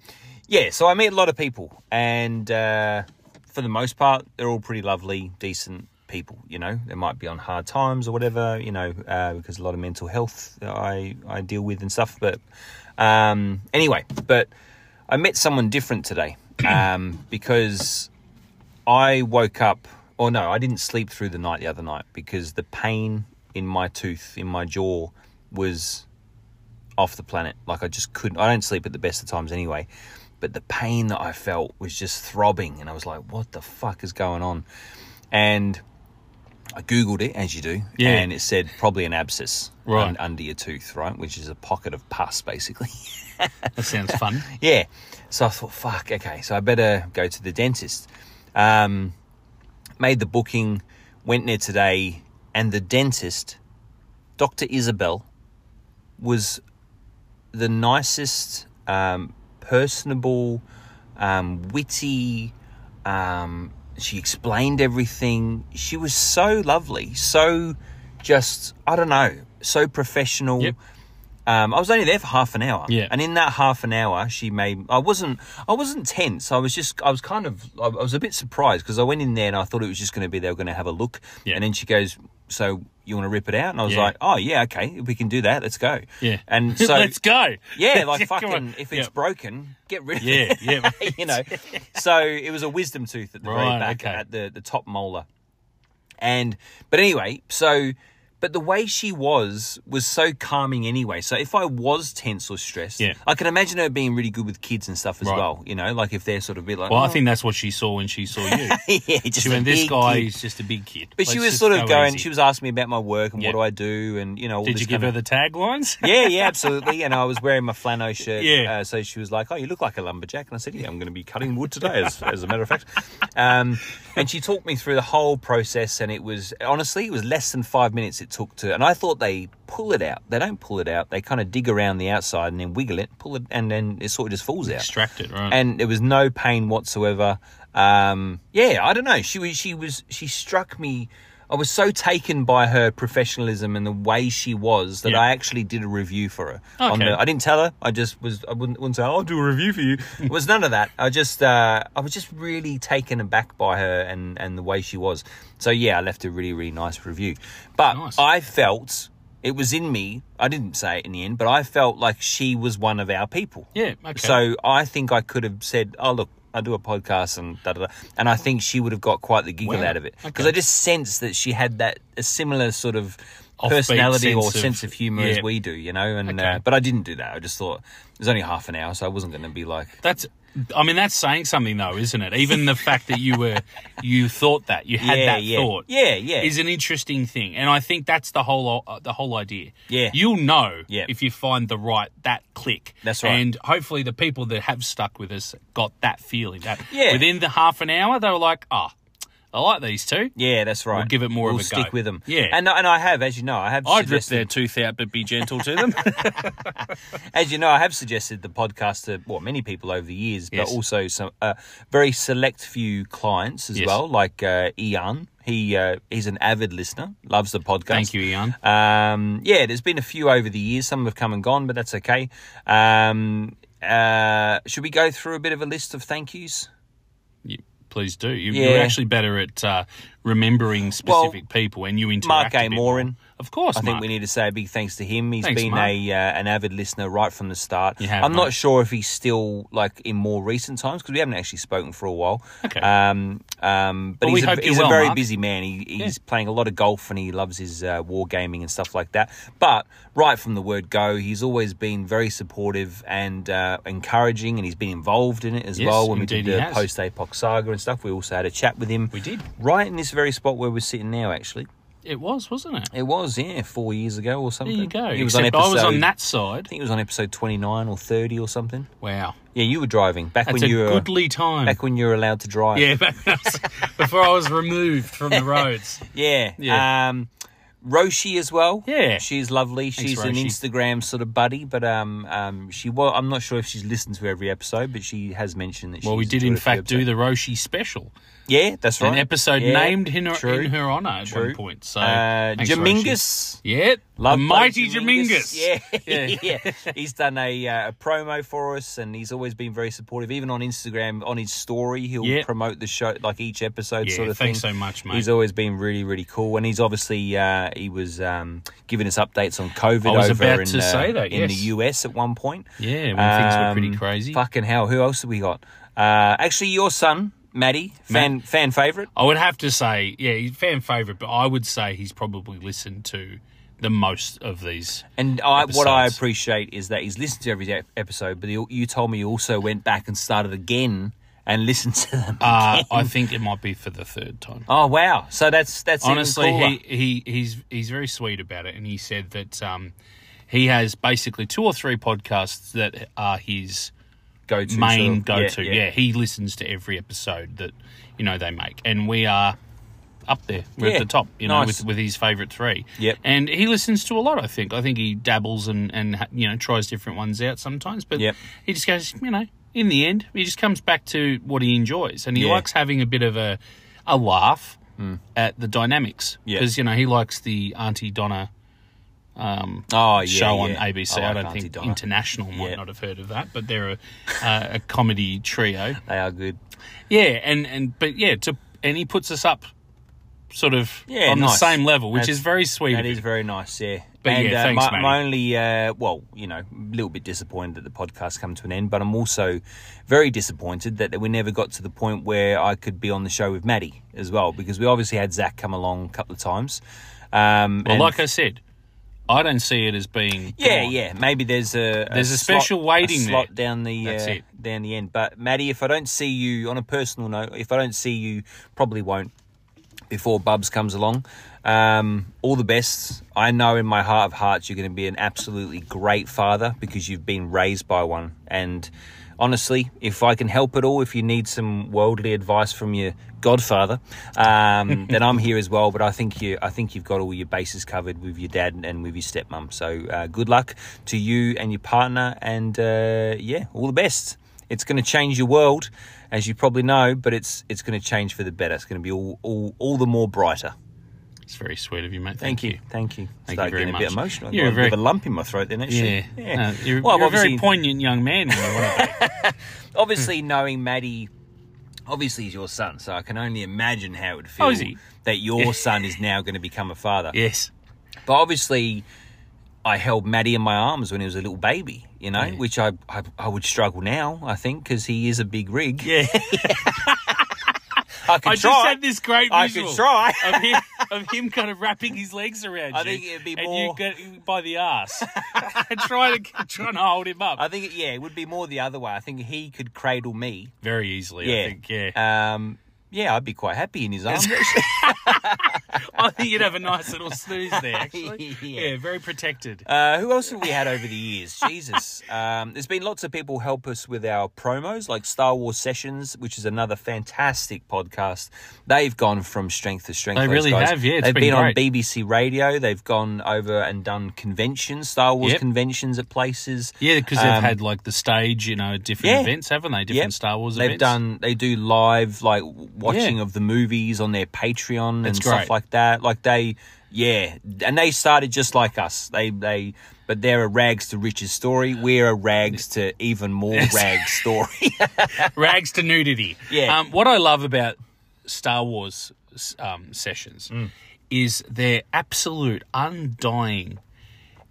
A: yeah, so I meet a lot of people and uh for the most part they're all pretty lovely, decent people, you know. They might be on hard times or whatever, you know, uh because a lot of mental health that I I deal with and stuff, but um anyway, but I met someone different today. Um because I woke up, or no, I didn't sleep through the night the other night because the pain in my tooth, in my jaw, was off the planet. Like I just couldn't. I don't sleep at the best of times anyway, but the pain that I felt was just throbbing, and I was like, "What the fuck is going on?" And I googled it, as you do,
B: Yeah.
A: and it said probably an abscess
B: Right.
A: un- under your tooth, right, which is a pocket of pus, basically.
B: that sounds fun
A: Yeah. So I thought, fuck, okay, so I better go to the dentist. Um, made the booking, went there today, and the dentist, Dr. Isabel, was the nicest, um, personable, um, witty. Um, she explained everything. She was so lovely, so just, I don't know, so professional.
B: Yep.
A: Um, I was only there for half an hour,
B: Yeah.
A: and in that half an hour, she made. I wasn't. I wasn't tense. I was just. I was kind of. I I was a bit surprised because I went in there and I thought it was just going to be they were going to have a look,
B: Yeah.
A: and then she goes, "So you want to rip it out?" And I was
B: Yeah.
A: like, "Oh yeah, okay, we can do that. Let's go."
B: yeah
A: And so
B: let's go
A: yeah, like
B: Come on.
A: fucking. If it's
B: yeah.
A: broken, get rid of
B: yeah,
A: it.
B: yeah.
A: you know. So it was a wisdom tooth at the very
B: Right,
A: back,
B: okay.
A: at the the top molar, and but anyway, so But the way she was was so calming anyway. So if I was tense or stressed,
B: Yeah.
A: I can imagine her being really good with kids and stuff as
B: Right.
A: well. You know, like if they're sort of a bit like,
B: Well, I
A: "Oh."
B: think that's what she saw when she saw you.
A: yeah, just
B: she
A: a
B: went, this
A: big
B: guy
A: kid."
B: is just a big kid.
A: But she was
B: Let's just
A: sort of
B: go
A: going.
B: easy.
A: She was asking me about my work and
B: Yeah.
A: what do I do, and you know, all
B: Did
A: this
B: you give
A: kind
B: her
A: of-
B: the taglines?
A: yeah, yeah, absolutely. And I was wearing my flannel shirt.
B: Yeah.
A: Uh, so she was like, "Oh, you look like a lumberjack," and I said, "Yeah, I'm going to be cutting wood today." As, as a matter of fact, um, and she talked me through the whole process, and it was honestly, it was less than five minutes it took to. And I thought they pull it out. They don't pull it out. They kind of dig around the outside and then wiggle it, pull it, and then it sort of just falls out
B: Extract it, right?
A: and there was no pain whatsoever. Um, yeah, I don't know. She was, she was, she struck me. I was so taken by her professionalism and the way she was that
B: Yeah.
A: I actually did a review for her. On
B: Okay.
A: the, I didn't tell her. I just was. I wouldn't, wouldn't say I'll do a review for you. It was none of that. I just. Uh, I was just really taken aback by her and and the way she was. So yeah, I left a really really nice review. But
B: Nice.
A: I felt it was in me. I didn't say it in the end, but I felt like she was one of our people.
B: yeah, okay.
A: So I think I could have said, "Oh look, I do a podcast and da da,", da and I think she would have got quite the giggle
B: Wow.
A: out of it because
B: Okay.
A: I just sensed that she had that a similar sort of
B: Offbeat
A: personality or
B: sense of-
A: sense of humor as
B: yeah.
A: we do, you know. And
B: Okay.
A: uh, but I didn't do that. I just thought it was only half an hour, so I wasn't going to be like,
B: That's. I mean, that's saying something, though, isn't it? Even the fact that you were, you thought that you had
A: "Yeah,
B: that
A: yeah,
B: thought,
A: yeah, yeah."
B: is an interesting thing, and I think that's the whole uh, the whole idea.
A: Yeah.
B: you'll know
A: Yeah.
B: if you find the right that click.
A: That's right.
B: and hopefully the people that have stuck with us got that feeling. That
A: Yeah.
B: within the half an hour they were like, ah, I like these two.
A: yeah, that's right.
B: give it more of
A: We'll
B: a go.
A: stick with them.
B: Yeah.
A: and and I have, as you know, I have.
B: I'd rip
A: suggested-
B: their tooth out, but be gentle to them.
A: As you know, I have suggested the podcast to well many people over the years,
B: Yes.
A: but also some uh, very select few clients as
B: Yes.
A: well, like uh, Ian. He uh, he's an avid listener, loves the podcast.
B: Thank you, Ian.
A: Um, yeah, there's been a few over the years. Some have come and gone, but that's okay. Um, uh, should we go through a bit of a list of thank yous?
B: You- please do. You, You're
A: Yeah.
B: actually better at uh, remembering
A: Well,
B: specific people, and you interact.
A: Mark A.
B: bit
A: Morin.
B: more. of course.
A: I think
B: Mark.
A: we need to say a big thanks to him. He's
B: Thanks,
A: been
B: Mark.
A: a uh, an avid listener right from the start.
B: You have,
A: I'm not
B: mate.
A: sure if he's still like in more recent times because we haven't actually spoken for a while.
B: Okay.
A: Um, um, but
B: Well, we
A: he's, a,
B: hope you're
A: he's
B: well,
A: a very
B: Mark.
A: busy man. He, he's playing a lot of golf and he loves his uh, war gaming and stuff like that. But right from the word go, he's always been very supportive and uh, encouraging, and he's been involved in it as
B: Yes,
A: well. When we
B: indeed
A: did
B: he
A: the
B: has.
A: post APOC saga and stuff, we also had a chat with him.
B: We did.
A: right in this very spot where we're sitting now, actually.
B: It was, wasn't it?
A: It was, yeah, four years ago or
B: There
A: something.
B: you go.
A: It was on
B: Except I was
A: episode-
B: on that
A: I
B: side.
A: think it was on episode twenty nine or thirty or something.
B: Wow,
A: Yeah, you were driving back
B: that's
A: when
B: a
A: you were
B: goodly time.
A: back when you were allowed to drive.
B: Yeah, back when I was- before I was removed from the roads.
A: yeah.
B: Yeah.
A: Um, Roshi as well.
B: Yeah.
A: she's lovely. she's an
B: Roshi.
A: Instagram sort of buddy, but um, um, she well, I'm not sure if she's listened to every episode, but she has mentioned that.
B: Well, we
A: she's
B: did
A: enjoyed
B: in
A: a few
B: fact do
A: episodes.
B: the Roshi special,
A: Yeah, that's right.
B: an episode
A: Yeah,
B: named in her,
A: true.
B: in her honor at
A: True.
B: one point. So,
A: Uh,
B: thanks, Roshi.
A: Jamingus.
B: Yeah,
A: Love
B: the mighty Jamingus.
A: Yeah, yeah. He's done a, uh, a promo for us, and he's always been very supportive. Even on Instagram, on his story, he'll
B: Yeah.
A: promote the show like each episode,
B: Yeah,
A: sort of
B: thanks
A: thing.
B: so much, mate.
A: He's always been really, really cool, and he's obviously uh, he was um, giving us updates on COVID
B: I was
A: over
B: about
A: in,
B: to
A: uh,
B: say that,
A: in the
B: yes.
A: US at one point.
B: Yeah, when things were pretty
A: Um,
B: crazy.
A: Fucking hell, who else have we got? Uh, actually, your son, Maddie, fan fan favorite.
B: I would have to say, yeah, he's fan favorite, but I would say he's probably listened to the most of these.
A: And I, what I
B: episodes.
A: appreciate is that he's listened to every ep- episode, but he, you told me you also went back and started again and listened to them.
B: Uh,
A: again.
B: I think it might be for the third time.
A: oh wow! So that's that's even
B: honestly
A: cooler.
B: he, he he's he's very sweet about it and he said that um he has basically two or three podcasts that are his
A: go to
B: main go to yeah, he listens to every episode that you know they make and we are up there we're
A: Yeah,
B: at the top you know
A: nice.
B: with, with his favorite three
A: Yep.
B: and he listens to a lot i think i think he dabbles and and you know tries different ones out sometimes but
A: Yep.
B: he just goes you know in the end he just comes back to what he enjoys and he
A: Yeah. Hmm.
B: likes having a bit of a a laugh at the dynamics
A: Yeah.
B: because you know he likes the auntie donna
A: Oh yeah,
B: show
A: yeah.
B: on ABC.
A: like
B: I, don't
A: Auntie
B: think
A: Donna.
B: international might
A: Yeah.
B: not have heard of that, but they're a, uh, a comedy trio.
A: they are good.
B: Yeah, and and but yeah, to and he puts us up sort of
A: Yeah,
B: on
A: nice.
B: the same level, which
A: That's-
B: is very sweet.
A: That
B: of
A: is
B: him.
A: very nice. Yeah,
B: But
A: and
B: yeah,
A: uh,
B: thanks,
A: my,
B: mate.
A: my only, uh, well, you know, a little bit disappointed that the podcast come to an end, but I'm also very disappointed that we never got to the point where I could be on the show with Maddie as well, because we obviously had Zach come along a couple of times. Um,
B: Well,
A: and-
B: like I said, I don't see it as being.
A: yeah,
B: gone.
A: yeah, maybe there's a
B: There's a
A: slot-
B: special waiting
A: a
B: there.
A: slot down the
B: That's
A: uh,
B: it.
A: down the end. But Maddie, if I don't see you on a personal note, if I don't see you, probably won't before Bubs comes along. Um, all the best. I know in my heart of hearts you're going to be an absolutely great father because you've been raised by one. And honestly, if I can help at all, if you need some worldly advice from your godfather, um, then I'm here as well. But I think you, I think you've got all your bases covered with your dad and with your stepmom. So uh, good luck to you and your partner, and uh, yeah, all the best. It's going to change your world, as you probably know, but it's it's going to change for the better. It's going to be all all, all the more brighter.
B: It's very sweet of you, mate.
A: Thank you, thank you.
B: Thank
A: Start
B: you very
A: getting a bit
B: much.
A: emotional.
B: You're
A: You're a,
B: very-
A: bit of a lump in my throat there,
B: Yeah,
A: actually.
B: No, you're,
A: Well, I've
B: you're a very
A: obviously-
B: poignant young man. when I wanna be.
A: obviously knowing Maddie, obviously he's your son, so I can only imagine how it would feel
B: Oh, is he?
A: that your son is now going to become a father.
B: yes,
A: But obviously, I held Maddie in my arms when he was a little baby, you know, which I, I I would struggle now, I think, because he is a big rig. Yeah. I could try.
B: I just had this great
A: I
B: visual
A: could try.
B: of him of him kind of wrapping his legs around
A: I
B: you.
A: think it'd be
B: and
A: more-
B: you get by the ass, and trying to trying to hold him up
A: I think, it- yeah, it would be more the other way. I think he could cradle me.
B: very easily.
A: Yeah.
B: I think yeah.
A: Um, yeah, I'd be quite happy in his arms.
B: I think you'd have a nice little snooze there. Actually,
A: Yeah.
B: yeah, very protected.
A: Uh, who else have we had over the years? Jesus. Um, there's been lots of people help us with our promos, like Star Wars Sessions, which is another fantastic podcast. They've gone from strength to strength.
B: They
A: those
B: really
A: guys.
B: have, yeah, it's
A: They've
B: been
A: been, on
B: great.
A: BBC Radio. They've gone over and done conventions, Star Wars
B: Yep.
A: conventions at places.
B: Yeah, because they've
A: Um,
B: had like the stage, you know, at different
A: Yeah.
B: events, haven't they? Different
A: Yep.
B: Star Wars
A: They've
B: events.
A: done. They do live like w- watching of the movies on their Patreon and
B: That's
A: stuff
B: great.
A: like that. Like they, yeah, and they started just like us. They they, but they're a rags to riches story. We're a rags to even more rags story.
B: rags to nudity.
A: Yeah.
B: Um, what I love about Star Wars s- um, sessions
A: Mm.
B: is their absolute undying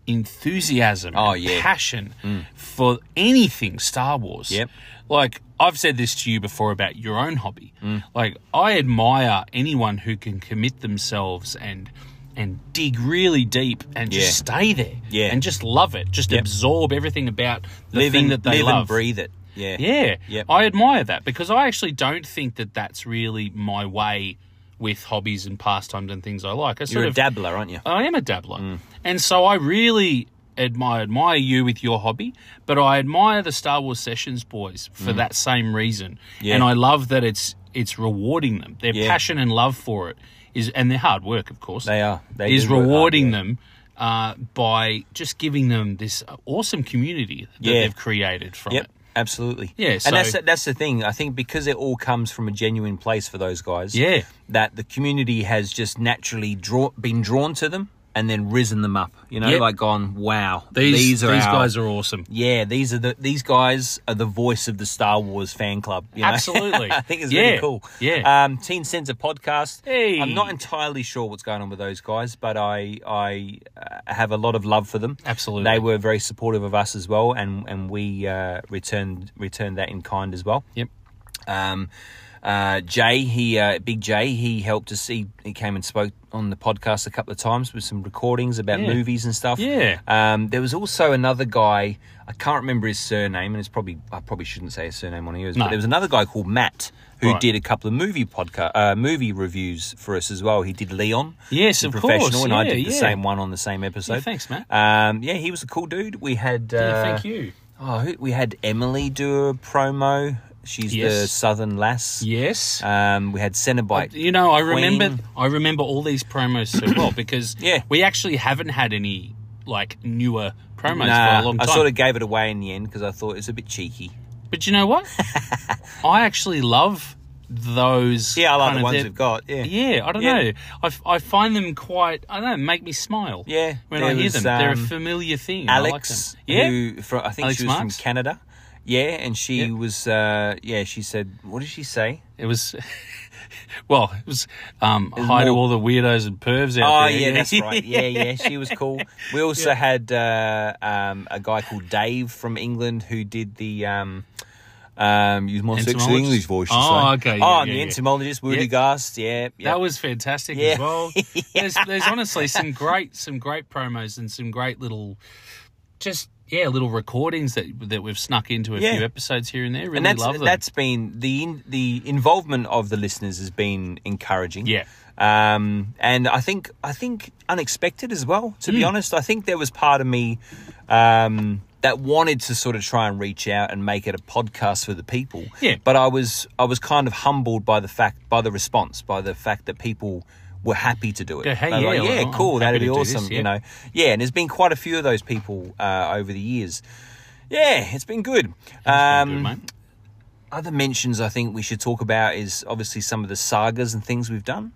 B: enthusiasm,
A: Oh,
B: and
A: yeah. Mm.
B: passion for anything Star Wars.
A: Yep.
B: Like I've said this to you before about your own hobby.
A: Mm.
B: Like I admire anyone who can commit themselves and and dig really deep and just stay there.
A: Yeah.
B: And just love it. Just absorb everything about the thing that they
A: live
B: love.
A: and breathe it. Yeah,
B: Yeah.
A: Yep.
B: I admire that because I actually don't think that that's really my way with hobbies and pastimes and things I like. I
A: You're
B: sort
A: a Mm.
B: of,
A: dabbler, aren't you?
B: I am a dabbler. And so I really admire, admire you with your hobby, but I admire the Star Wars Sessions boys for that same reason.
A: Mm. Yeah.
B: And I love that it's it's rewarding them. Their
A: Yeah.
B: passion and love for it is and their hard work, of course
A: They are. They
B: is
A: do work hard,
B: rewarding
A: yeah.
B: them uh, by just giving them this awesome community that
A: Yeah.
B: they've created from
A: Yep,
B: it.
A: absolutely.
B: Yeah,
A: and that's
B: so-
A: that's the thing. I think because it all comes from a genuine place for those guys.
B: Yeah.
A: that the community has just naturally draw, been drawn to them and then risen them up. You know,
B: Yep.
A: like gone, wow,
B: These,
A: these are
B: these
A: our-
B: guys are awesome.
A: Yeah, these are the these guys are the voice of the Star Wars fan club. You know?
B: Absolutely.
A: I think it's
B: Yeah,
A: really cool.
B: yeah.
A: um, Teen Sensor podcast.
B: Hey.
A: I'm not entirely sure what's going on with those guys, but I I uh, have a lot of love for them.
B: Absolutely.
A: they were very supportive of us as well, and and we uh, returned returned that in kind as well.
B: Yep.
A: Um, uh, Jay, he uh, Big Jay, he helped us. He, he came and spoke on the podcast a couple of times with some recordings about
B: Yeah.
A: movies and stuff.
B: Yeah.
A: Um, there was also another guy. I can't remember his surname, and it's probably I probably shouldn't say his surname on here.
B: No.
A: But there was another guy called Matt who
B: Right.
A: did a couple of movie podcast uh, movie reviews for us as well. He did Leon.
B: Yes,
A: the
B: of course,
A: professional, and I
B: yeah,
A: did the
B: yeah.
A: same one on the same episode.
B: Yeah, thanks, Matt.
A: Um, yeah, he was a cool dude. We had uh,
B: Yeah, thank you.
A: Oh, who- we had Emily do a promo. She's the
B: Yes. Oh,
A: Southern Lass.
B: Yes.
A: Um, we had Cenobite.
B: you know, I remember
A: Queen.
B: I remember all these promos so well because
A: Yeah.
B: we actually haven't had any like newer promos
A: Nah,
B: for a long
A: I
B: time.
A: sort of gave it away in the end because I thought it was a bit cheeky.
B: But you know what? I actually love those.
A: Yeah, I like
B: kind
A: the
B: of-
A: ones
B: they're-
A: we've got. Yeah.
B: Yeah, I don't
A: Yeah.
B: know. I, f- I find them quite. I don't know. Make me smile.
A: Yeah,
B: when
A: there
B: I hear
A: was,
B: them, they're a
A: um,
B: familiar thing. and I like
A: Alex,
B: them. Yeah,
A: who from, I think
B: Alex
A: she was
B: Marks?
A: from Canada. Yeah, and she
B: Yeah.
A: was. Uh, yeah, she said. What did she say?
B: It was, well, it was um, hi to
A: more-
B: all the weirdos and pervs out
A: Oh
B: there.
A: yeah, that's right. Yeah, yeah, she was cool. We also had uh, um, a guy called Dave from England who did the um, um, use my sexy
B: Entomologist?
A: English voice. to
B: Oh,
A: say.
B: okay, yeah,
A: oh,
B: yeah,
A: and the
B: yeah.
A: entomologist Woody
B: Yeah.
A: Gast. Yeah, yeah.
B: That was fantastic
A: Yeah.
B: as well. There's, there's honestly some great, some great promos and some great little, just yeah, little recordings that that we've snuck into a
A: Yeah.
B: few episodes here and there. Really
A: and that's
B: love them.
A: that's been the in, the involvement of the listeners has been encouraging.
B: Yeah.
A: Um, and I think I think unexpected as well. To be
B: Hmm.
A: honest, I think there was part of me um, that wanted to sort of try and reach out and make it a podcast for the people.
B: Yeah.
A: But I was I was kind of humbled by the fact by the response by the fact that people were happy to do it.
B: Yeah, hey,
A: They were like,
B: yeah, well,
A: yeah,
B: I'm
A: cool, that'd
B: happy
A: be
B: to do this,
A: awesome.
B: yeah.
A: You know, yeah. And there's been quite a few of those people uh, over the years. Yeah, it's been good.
B: That's pretty
A: Um,
B: good, mate.
A: other mentions I think we should talk about is obviously some of the sagas and things we've done.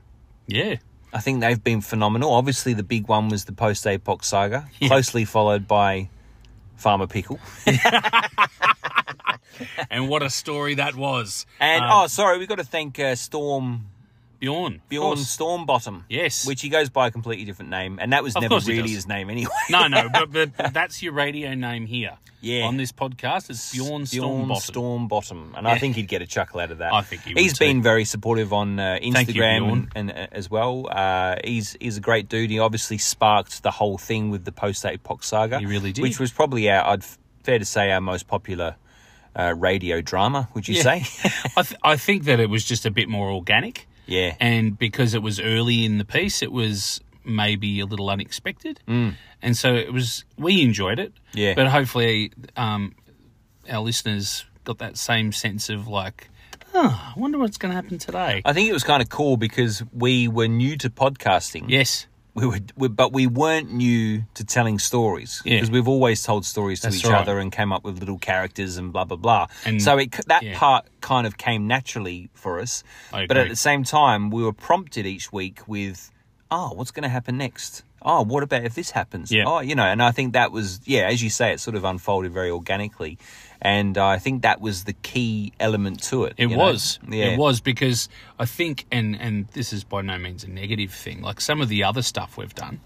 B: Yeah.
A: I think they've been phenomenal. Obviously, the big one was the post apoc saga, closely followed by Farmer Pickle.
B: And what a story that was.
A: And
B: Um,
A: oh, sorry, we've got to thank uh, Storm
B: Bjorn. of
A: Bjorn
B: course.
A: Stormbottom.
B: Yes.
A: which he goes by a completely different name, and that was
B: Of
A: never
B: course he
A: really
B: does.
A: his name anyway.
B: No, no, but, but that's your radio name here.
A: Yeah.
B: On this podcast, it's Bjorn,
A: Bjorn
B: Stormbottom.
A: Stormbottom, and I think he'd get a chuckle out of that.
B: I think he would
A: He's
B: too.
A: been very supportive on uh,
B: Thank you,
A: Instagram
B: Bjorn.
A: and, and uh, as well. Uh, he's he's a great dude. He obviously sparked the whole thing with the post apoc saga.
B: He really did.
A: which was probably our I'd f- fair to say our most popular uh, radio drama. Would you
B: Yeah.
A: say?
B: I, th- I think that it was just a bit more organic.
A: yeah,
B: And because it was early in the piece, it was maybe a little unexpected. Mm. And so it was, we enjoyed it.
A: Yeah.
B: But hopefully, um, our listeners got that same sense of like, oh, I wonder what's going to happen today.
A: I think it was kind of cool because we were new to podcasting.
B: yes.
A: we were, we, but we weren't new to telling stories
B: Yeah.
A: because we've always told stories to
B: That's
A: each
B: right.
A: other and came up with little characters and blah blah blah.
B: And-
A: so it c- that
B: yeah.
A: part kind of came naturally for us.
B: I
A: But at
B: agree.
A: the same time, we were prompted each week with, "Oh, what's going to happen next? Oh, what about if this happens?
B: Yeah.
A: Oh, you know." And I think that was yeah, as you say, it sort of unfolded very organically, and uh, I think that was the key element to it.
B: It
A: you know?
B: was.
A: Yeah.
B: It was because I think, and and this is by no means a negative thing. Like some of the other stuff we've done,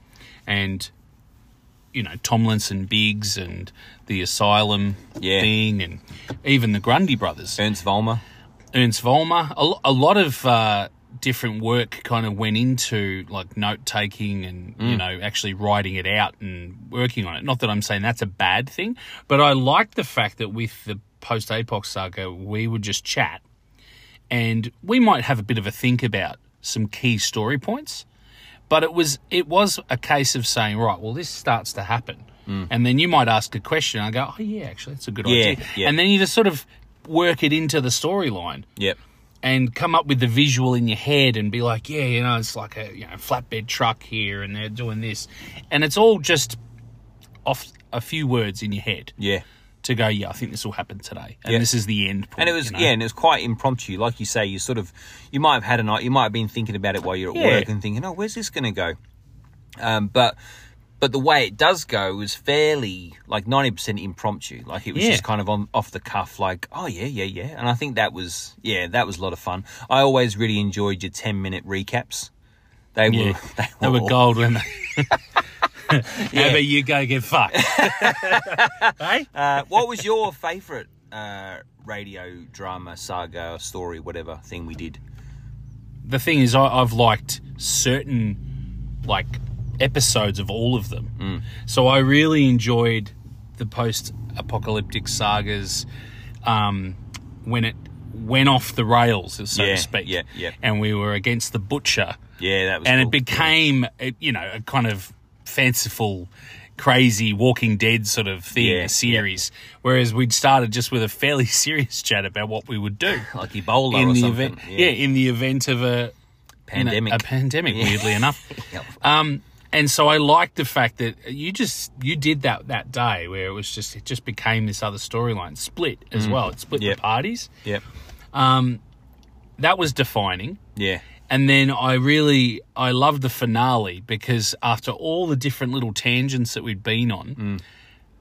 B: and you know Tomlinson Biggs and the Asylum
A: Yeah.
B: thing, and even the Grundy brothers,
A: Ernst Vollmer.
B: Ernst Vollmer. A, lo- a lot of uh, different work kind of went into like note taking and
A: Mm.
B: you know actually writing it out and working on it. Not that I'm saying that's a bad thing, but I like the fact that with the post Apoc saga, we would just chat and we might have a bit of a think about some key story points but it was it was a case of saying right well this starts to happen and then you might ask a question and i go oh yeah actually that's a good
A: Mm. Yeah,
B: idea
A: yeah.
B: and then you just sort of work it into the storyline
A: Yep.
B: and come up with the visual in your head and be like, yeah, you know, it's like a you know, flatbed truck here and they're doing this. And it's all just off a few words in your head
A: Yeah.
B: to go, yeah, I think this will happen today. And
A: Yeah.
B: this is the end point.
A: and it was
B: you know?
A: yeah, and it was quite impromptu. Like you say, you sort of you might have had a night, you might have been thinking about it while you're at
B: Yeah.
A: work and thinking, oh, where's this going to go? Um, but but the way it does go was fairly like ninety percent impromptu. Like it was
B: Yeah.
A: just kind of on off the cuff, like oh yeah, yeah, yeah. And I think that was yeah, that was a lot of fun. I always really enjoyed your ten minute recaps. They were
B: Yeah.
A: they were,
B: They were
A: aw-
B: gold, weren't they? yeah, but you go get fucked. hey?
A: Uh, what was your favourite uh, radio drama saga story, whatever thing we did?
B: the thing is, I, I've liked certain like episodes of all of them.
A: Mm.
B: So I really enjoyed the post-apocalyptic sagas um, when it went off the rails, so
A: Yeah,
B: to speak.
A: yeah, yeah.
B: And we were against the butcher,
A: Yeah, that was
B: and
A: cool.
B: it became a- you know a kind of fanciful. Crazy Walking Dead sort of thing,
A: Yeah, yeah.
B: a series. Whereas we'd started just with a fairly serious chat about what we would do
A: like Ebola
B: in
A: or
B: the
A: something.
B: event. Yeah. in the event of a you know,
A: pandemic.
B: a pandemic, weirdly enough.
A: Yep.
B: Um, and so I liked the fact that you just you did that that day where it was just it just became this other storyline split as well. It split
A: Mm. Yep.
B: the parties.
A: Yep.
B: That was defining.
A: Yeah.
B: And then I really I
A: Mm.
B: loved the finale because after all the different little tangents that we'd been on,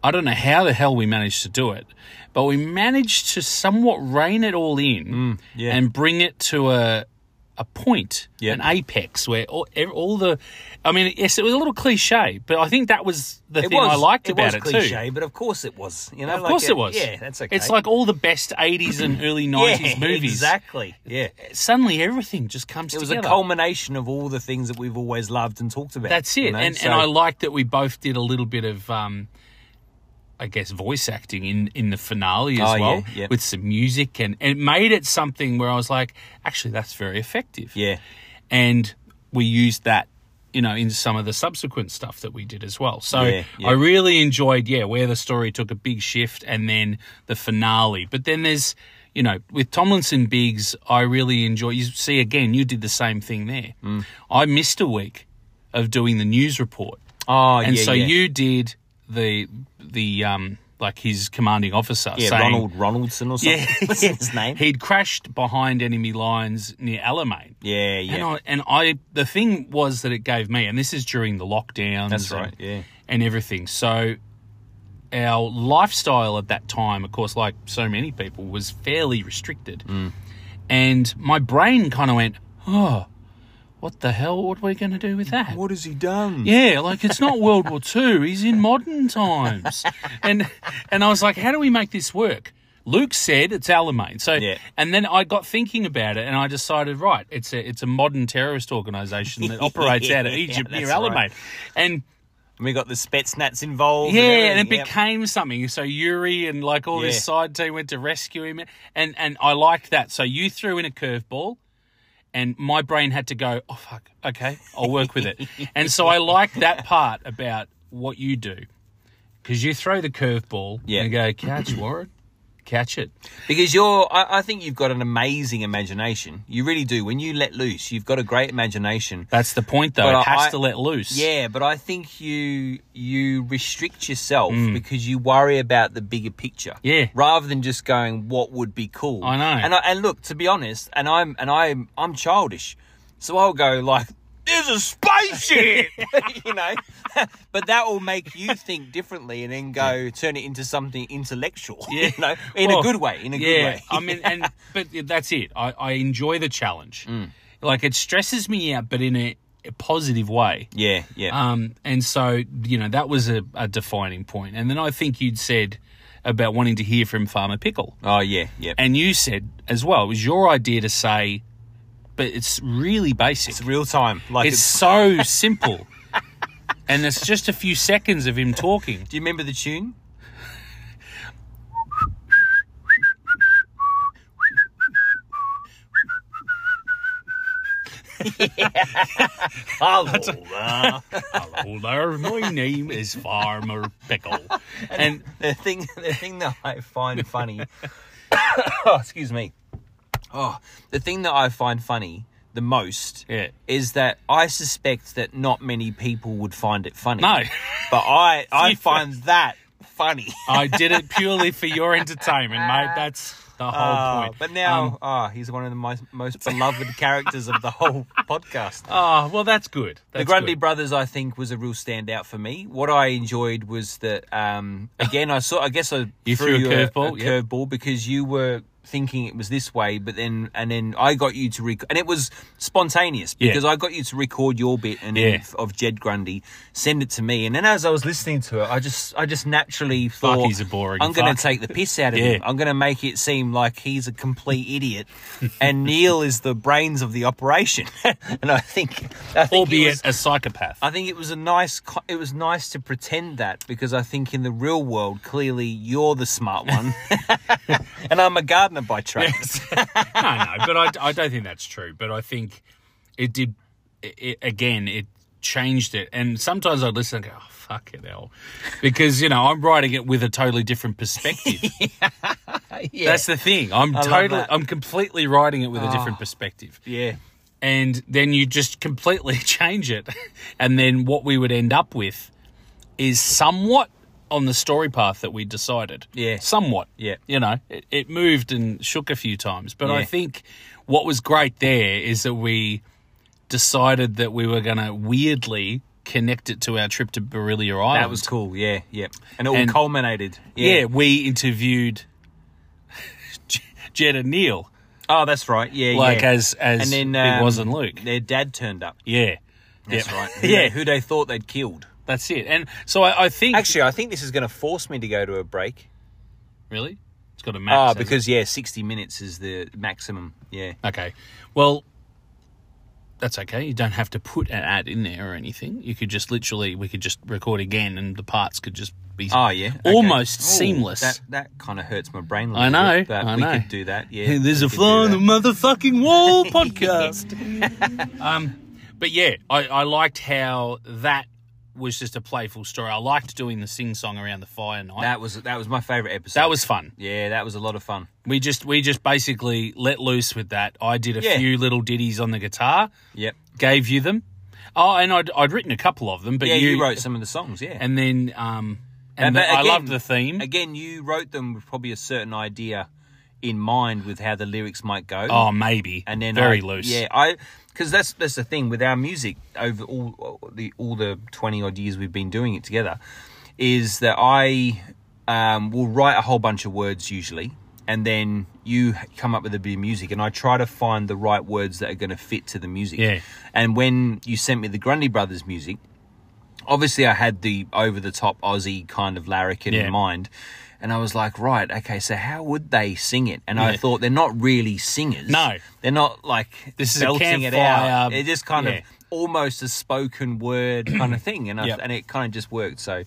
B: I don't know how the hell we managed to do it, but we managed to somewhat rein it all in
A: Mm, yeah.
B: and bring it to a a point,
A: Yeah.
B: an apex where all, ev- all the. I mean, yes, it was a little cliche, but I think that was the
A: It
B: thing
A: was,
B: I liked
A: it
B: about
A: was
B: it
A: cliche,
B: too.
A: but of course it was. You know,
B: Of
A: like,
B: course,
A: uh,
B: it was.
A: Yeah, that's okay.
B: It's like all the best '80s and early
A: yeah,
B: '90s movies.
A: Exactly. Yeah.
B: Suddenly, everything just comes
A: It was
B: together.
A: a culmination of all the things that we've always loved and talked about.
B: That's it.
A: you know,
B: and
A: so-
B: and I like that we both did a little bit of um I guess voice acting in in the finale as
A: Oh, yeah,
B: well
A: yeah.
B: with some music and, and it made it something where I was like, actually that's very effective.
A: yeah,
B: And we used that you know, in some of the subsequent stuff that we did as well. So
A: Yeah, yeah.
B: I really enjoyed, yeah, where the story took a big shift and then the finale. But then there's, you know, with Tomlinson Biggs, I really enjoy. You see, again, you did the same thing there.
A: Mm.
B: I missed a week of doing the news report.
A: Oh,
B: and
A: yeah,
B: so
A: yeah.
B: you did the the um like his commanding officer
A: yeah.
B: saying
A: Ronald Ronaldson or something.
B: yeah
A: What's his name?
B: he'd crashed behind enemy lines near Alamein.
A: Yeah,
B: And
A: yeah.
B: I, and I, the thing was that it gave me, and this is during the lockdowns.
A: That's
B: and-
A: right, yeah.
B: And everything. So our lifestyle at that time, of course, like so many people, was fairly restricted.
A: Mm.
B: And my brain kind of went, oh, what the hell? What are we going to do with that?
A: what has he done?
B: Yeah, like it's not World War Two. He's in modern times, and and I was like, how do we make this work? Luke said it's Alamein. So,
A: Yeah.
B: and then I got thinking about it, and I decided, right, it's a it's a modern terrorist organisation that operates out of
A: Yeah,
B: Egypt near
A: that's
B: Alamein,
A: right.
B: and
A: And we got the Spetsnats involved.
B: yeah,
A: and,
B: and it
A: everything, yep.
B: became something. So Yuri and like all
A: Yeah.
B: this side team went to rescue him, and and I liked that. So you threw in a curveball, and my brain had to go, oh fuck, okay, I'll work with it. and so I like that part about what you do, because you throw the curveball
A: Yeah.
B: and go, catch Warren, catch it.
A: Because you're, I, I think you've got an amazing imagination. You really do. When you let loose, you've got a great imagination.
B: That's the point, though.
A: But
B: it has
A: I-
B: to let loose.
A: Yeah, but I think you you restrict yourself because you worry about the bigger picture.
B: Hmm. Yeah.
A: Rather than just going, what would be cool?
B: I know.
A: And I, and look, to be honest, and I'm and I'm I'm childish, so I'll go like, there's a spaceship, you know. but that will make you think differently, and then go turn it into something intellectual.
B: Yeah.
A: You know, in
B: Well,
A: a good way. In a good
B: Oh, yeah,
A: way.
B: I mean, and but that's it. I, I enjoy the challenge.
A: Mm.
B: Like it stresses me out, but in a, a positive way.
A: yeah. Yeah.
B: Um, and so you know that was a, a defining point. And then I think you'd said about wanting to hear from Farmer Pickle,
A: oh yeah. Yeah.
B: and you said as well it was your idea to say, but it's really basic.
A: it's real time. Like
B: It's so simple, and it's just a few seconds of him talking.
A: Do you remember the tune? Hello, uh,
B: Hello there, my name is Farmer Pickle, and
A: the thing, the thing that I find funny. oh, excuse me. Oh, the thing that I find funny the most
B: Yeah.
A: is that I suspect that not many people would find it funny.
B: no.
A: but I, I
B: You-
A: find that funny.
B: I did it purely for your entertainment, mate. That's the whole
A: Ah,
B: point. Um,
A: But now, ah, he's one of the most, most beloved characters of the whole podcast.
B: Ah, well, that's good.
A: the
B: That's
A: Grundy
B: good.
A: brothers, I think, was a real standout for me. What I enjoyed was that, um, again, I saw. I guess I
B: You threw a
A: you
B: curveball, yep.
A: curveball because you were thinking it was this way, but then and then I got you to record, and it was spontaneous
B: Yeah.
A: because I got you to record your bit and
B: Yeah.
A: of Jed Grundy, send it to me, and then as I was listening to it, I just I just naturally
B: Fuck,
A: thought
B: he's a boring
A: I'm going
B: fuck."
A: to take the piss out of
B: Yeah.
A: him. I'm going to make it seem like he's a complete idiot, and Neil is the brains of the operation. and I think, I think he
B: albeit
A: was-
B: a psychopath.
A: I think it was a nice. co- It was nice to pretend that because I think in the real world, clearly you're the smart one, and I'm a gardener by trade.
B: no, no, but I, I don't think that's true. But I think it did. It, it- again, it changed it. And sometimes I'd listen and go, oh, fuck it, hell. Because, you know, I'm writing it with a totally different perspective.
A: Yeah.
B: That's the thing. I'm
A: love
B: totally,
A: that. Ah.
B: I'm completely writing it with a different perspective.
A: yeah,
B: and then you just completely change it. And then what we would end up with is somewhat on the story path that we decided.
A: Yeah.
B: Somewhat.
A: Yeah.
B: You know, it, it moved and shook a few times. But I
A: Yeah.
B: think what was great there is that we decided that we were going to weirdly connect it to our trip to Barilla Island.
A: That was cool. Yeah, yeah. And it all
B: And-
A: culminated.
B: Yeah, we interviewed J- Jed and Neil,
A: Oh, that's right. Yeah,
B: like
A: yeah.
B: as as
A: and then
B: it
A: um,
B: wasn't Luke.
A: Their dad turned up.
B: Yeah,
A: That's
B: yeah.
A: right. Who
B: yeah,
A: they- who they thought they'd killed.
B: that's it. And so I, I think
A: Actually, I think this is going to force me to go to a break.
B: really, it's got a max.
A: Ah,
B: hasn't it?
A: because yeah, sixty minutes is the maximum. Yeah.
B: Okay. Well, that's okay. You don't have to put an ad in there or anything. You could just literally, we could just record again and the parts could just be
A: Oh yeah. okay.
B: almost
A: Ooh,
B: seamless.
A: That that kind of hurts my brain. A
B: I
A: little
B: know,
A: Bit, but
B: I
A: we
B: know.
A: could do that. Yeah.
B: Hey, there's
A: we
B: a
A: could
B: fly
A: do
B: on the
A: that.
B: motherfucking wall podcast. um, but yeah, I, I liked how that was just a playful story. I liked doing the sing song around the fire night.
A: That was that was my favorite episode.
B: that was fun.
A: Yeah, that was a lot of fun.
B: We just we just basically let loose with that. I did a
A: Yeah.
B: few little ditties on the guitar.
A: Yep.
B: gave you them. Oh, and I'd, I'd written a couple of them, but
A: yeah,
B: you,
A: you, wrote some of the songs. Yeah.
B: And then, um,
A: And
B: and,
A: but
B: the- I
A: again-
B: loved the theme.
A: Again, you wrote them with probably a certain idea in mind with how the lyrics might go.
B: oh, maybe.
A: and then
B: very
A: I-
B: loose.
A: Yeah, I because that's that's the thing with our music over all all the all the twenty odd years we've been doing it together, is that I um, will write a whole bunch of words usually, and then you come up with a bit of music, and I try to find the right words that are going to fit to the music.
B: Yeah.
A: And when you sent me the Grundy Brothers music, obviously I had the over the top Aussie kind of larrikin
B: Yeah.
A: in mind. And I was like, right, okay, so how would they sing it? And I
B: Yeah.
A: thought they're not really singers.
B: No.
A: They're not like
B: This is a
A: belting it
B: campfire,
A: out. It just kind
B: yeah.
A: of almost a spoken word kind of thing, and I,
B: Yep.
A: and it kind of just worked. So,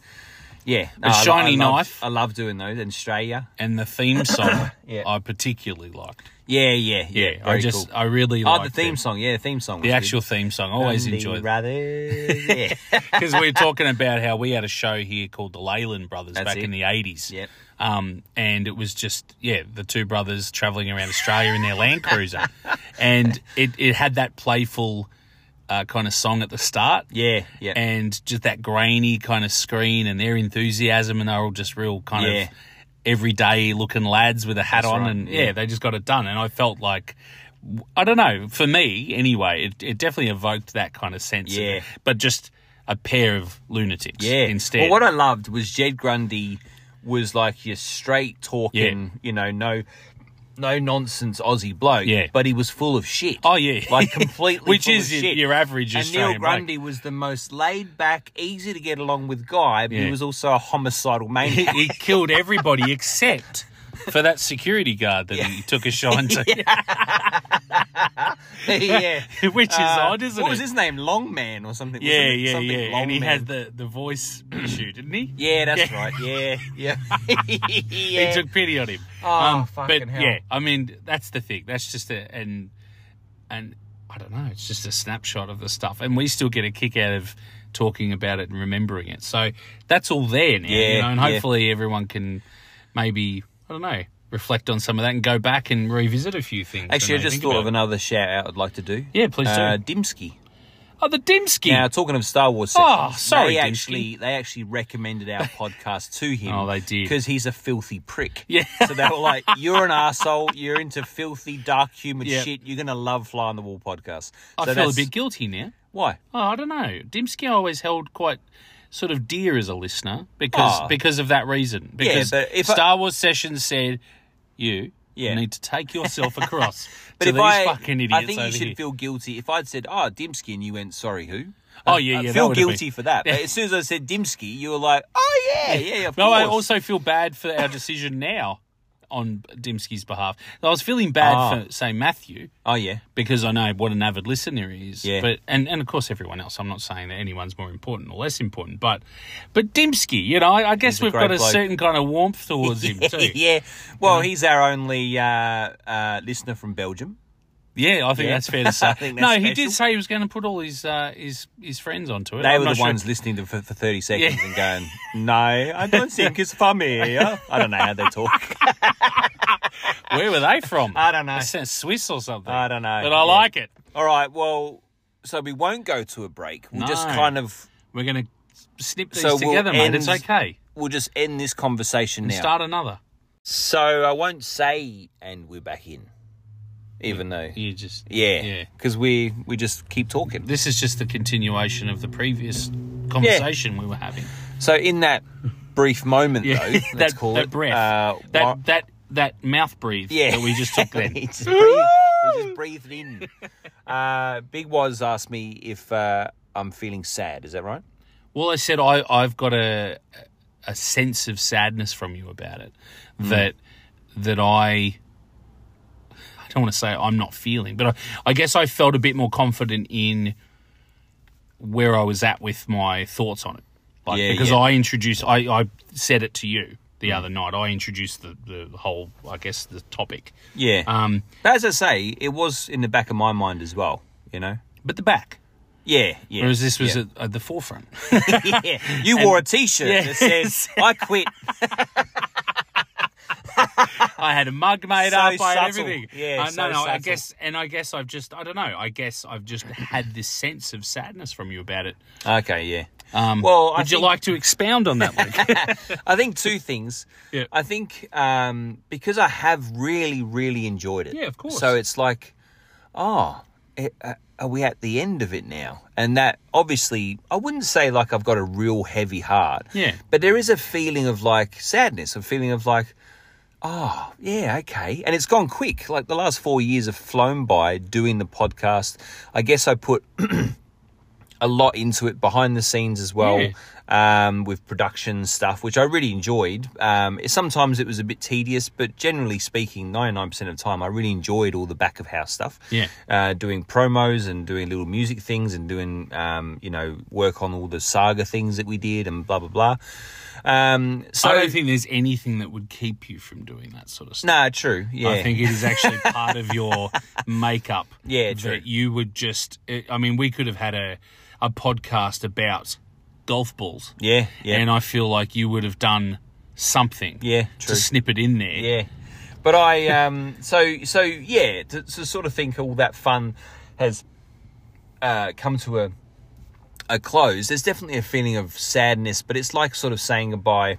A: yeah, I
B: A
A: lo- I
B: shiny
A: love-
B: knife.
A: I love doing those in Australia.
B: And the theme song
A: Yeah.
B: I particularly liked.
A: Yeah, yeah, yeah.
B: I
A: very
B: just,
A: cool.
B: I really
A: oh,
B: liked
A: the theme
B: it.
A: song. Yeah, the theme song.
B: The actual theme song. I always enjoyed that.
A: Brothers. Yeah.
B: Because we were talking about how we had a show here called the Leyland Brothers
A: That's
B: back
A: it.
B: in the 80s.
A: Yep.
B: Um, and it was just, yeah, the two brothers traveling around Australia in their Land Cruiser. And it, it had that playful uh, kind of song at the start.
A: yeah, yeah.
B: and just that grainy kind of screen and their enthusiasm and they're all just real kind
A: Yeah.
B: of everyday looking lads with a hat
A: That's
B: on
A: right,
B: and yeah.
A: yeah.
B: they just got it done and i felt like i don't know for me anyway it, it definitely evoked that kind of sense of-
A: Yeah.
B: but just a pair of lunatics
A: Yeah.
B: instead
A: Well, what I loved was Jed Grundy was like your straight talking, you know, no, no nonsense Aussie bloke.
B: Yeah.
A: But he was full of shit.
B: oh yeah
A: Like completely,
B: which
A: full
B: is
A: of
B: your,
A: shit.
B: your average
A: And
B: Australian
A: Neil
B: bloke.
A: Grundy was the most laid back, easy to get along with guy, but
B: Yeah.
A: he was also a homicidal maniac.
B: he killed everybody except for that security guard that he took a shine to
A: yeah.
B: which is
A: Uh,
B: odd isn't
A: what
B: it
A: was his name? Longman or something?
B: Yeah,
A: wasn't it?
B: yeah,
A: something
B: yeah.
A: Long
B: And he
A: Man.
B: had the, the voice issue, didn't he?
A: Yeah, that's right. Yeah, yeah. yeah.
B: He took pity on him. Um,
A: oh, fucking
B: but
A: hell.
B: yeah, I mean that's the thing. That's just a and and I don't know. It's just a snapshot of the stuff, and we still get a kick out of talking about it and remembering it. So that's all there now, you
A: Yeah,
B: know. And
A: yeah.
B: hopefully everyone can maybe I don't know reflect on some of that and go back and revisit a few things. when
A: Actually, I
B: they
A: just
B: think
A: thought
B: about
A: of
B: it.
A: another shout out I'd like to do.
B: Yeah, please do.
A: Uh, Dimsky.
B: Oh, the Dimsky.
A: Now, talking of Star Wars,
B: Oh,
A: sections,
B: sorry,
A: they
B: Dimsky.
A: actually they actually recommended our podcast to him.
B: Oh, they did.
A: because he's a filthy prick.
B: Yeah.
A: so they were like, "You're an asshole. You're into filthy, dark, humid
B: Yeah.
A: shit. You're gonna love Fly on the Wall podcast." so
B: I feel a
A: that's-
B: bit guilty now.
A: Why?
B: Oh, I don't know. Dimsky I always held quite sort of dear as a listener because
A: Oh.
B: because of that reason. Because
A: but if I-
B: Star Wars Sessions said you
A: Yeah.
B: need to take yourself across
A: But
B: to
A: if
B: these
A: I,
B: fucking idiots
A: I think you
B: over
A: should
B: here.
A: feel guilty. If I'd said, "Oh, Dimsky," and you went, "Sorry, who?"
B: oh yeah,
A: I
B: yeah. that
A: uh, feel
B: would've been-
A: guilty for that. But as soon as I said Dimsky, you were like, "Oh yeah, yeah, of
B: No,
A: course."
B: I also feel bad for our decision now on Dimsky's behalf. I was feeling bad
A: Ah.
B: for say Matthew
A: oh yeah,
B: because I know what an avid listener he is.
A: Yeah.
B: But and, and of course everyone else. I'm not saying that anyone's more important or less important, but but Dimsky, you know, I, I guess
A: He's a
B: we've got
A: great
B: a
A: bloke.
B: certain kind of warmth towards him too.
A: yeah. Well, he's our only uh, uh, listener from Belgium.
B: Yeah, I think
A: Yeah.
B: that's fair to say.
A: I think
B: no,
A: that's
B: he did
A: special.
B: say he was going to put all his uh, his his friends onto it.
A: They
B: I'm
A: were
B: not
A: the
B: sure-
A: ones listening to for, for 30 seconds
B: Yeah.
A: and going, no, I don't think it's funny. I don't know how they talk.
B: Where were they from?
A: I don't know.
B: It sounds Swiss or something.
A: I don't know.
B: But I
A: Yeah.
B: like it.
A: All right, well, so we won't go to a break. We'll just
B: No.
A: kind of,
B: We're going to snip these
A: So we'll
B: together, mate.
A: end-
B: It's okay.
A: we'll just end this conversation
B: And
A: now.
B: start another.
A: So I won't say, and we're back in, even though,
B: You just
A: yeah,
B: yeah.
A: because we, we just keep talking.
B: This is just the continuation of the previous conversation we were having.
A: So in that brief moment, though, let's
B: that,
A: call
B: that
A: it
B: breath,
A: uh,
B: that
A: wa-
B: that that mouth breathe
A: yeah,
B: that we just took
A: he
B: then.
A: just breathed, he just breathed in. Uh, Big Waz asked me if uh, I'm feeling sad. Is that right?
B: well, I said I I've got a a sense of sadness from you about it
A: Mm.
B: that that I. I don't want to say I'm not feeling, but I, I guess I felt a bit more confident in where I was at with my thoughts on it. Like,
A: Yeah,
B: because
A: yeah. Mm.
B: I introduced, I, I said it to you the other night. I introduced the, the whole, I guess, the topic.
A: Yeah.
B: Um,
A: As I say, it was in the back of my mind as well. You know.
B: but the back,
A: Yeah. Yeah.
B: whereas this was
A: yeah.
B: at, at the forefront.
A: yeah. You wore a T-shirt
B: Yeah.
A: that says "I quit."
B: I had a mug made
A: So
B: up. I had
A: subtle.
B: everything.
A: Yeah,
B: Uh, no,
A: so
B: no. I
A: subtle.
B: guess, and I guess I've just, I don't know. I guess I've just had this sense of sadness from you about it.
A: Okay. Yeah.
B: Um,
A: Well, I
B: would you
A: think-
B: like to expound on that? Luke?
A: I think two things.
B: Yeah.
A: I think um, because I have really, really enjoyed it.
B: Yeah, of course.
A: So it's like, oh, it, uh, are we at the end of it now? And that obviously, I wouldn't say like I've got a real heavy heart.
B: Yeah.
A: But there is a feeling of like sadness, a feeling of like, oh, yeah, okay. And it's gone quick. Like the last four years have flown by doing the podcast. I guess I put a lot into it behind the scenes as well
B: Yeah.
A: um, with production stuff, which I really enjoyed. Um, it- sometimes it was a bit tedious, but generally speaking, 99% of the time, I really enjoyed all the back of house stuff.
B: Yeah.
A: Uh, doing promos and doing little music things and doing, um, you know, work on all the saga things that we did and blah, blah, blah. Um, so,
B: I don't think there's anything that would keep you from doing that sort of stuff.
A: nah, true. Yeah.
B: I think it is actually part of your makeup.
A: Yeah, true.
B: That you would just. it- I mean, we could have had a a podcast about golf balls.
A: yeah. Yeah.
B: And I feel like you would have done something.
A: Yeah,
B: To
A: true.
B: snip it in there.
A: Yeah, but I um so so yeah to, to sort of think all that fun has uh, come to a a close. There's definitely a feeling of sadness, but it's like sort of saying goodbye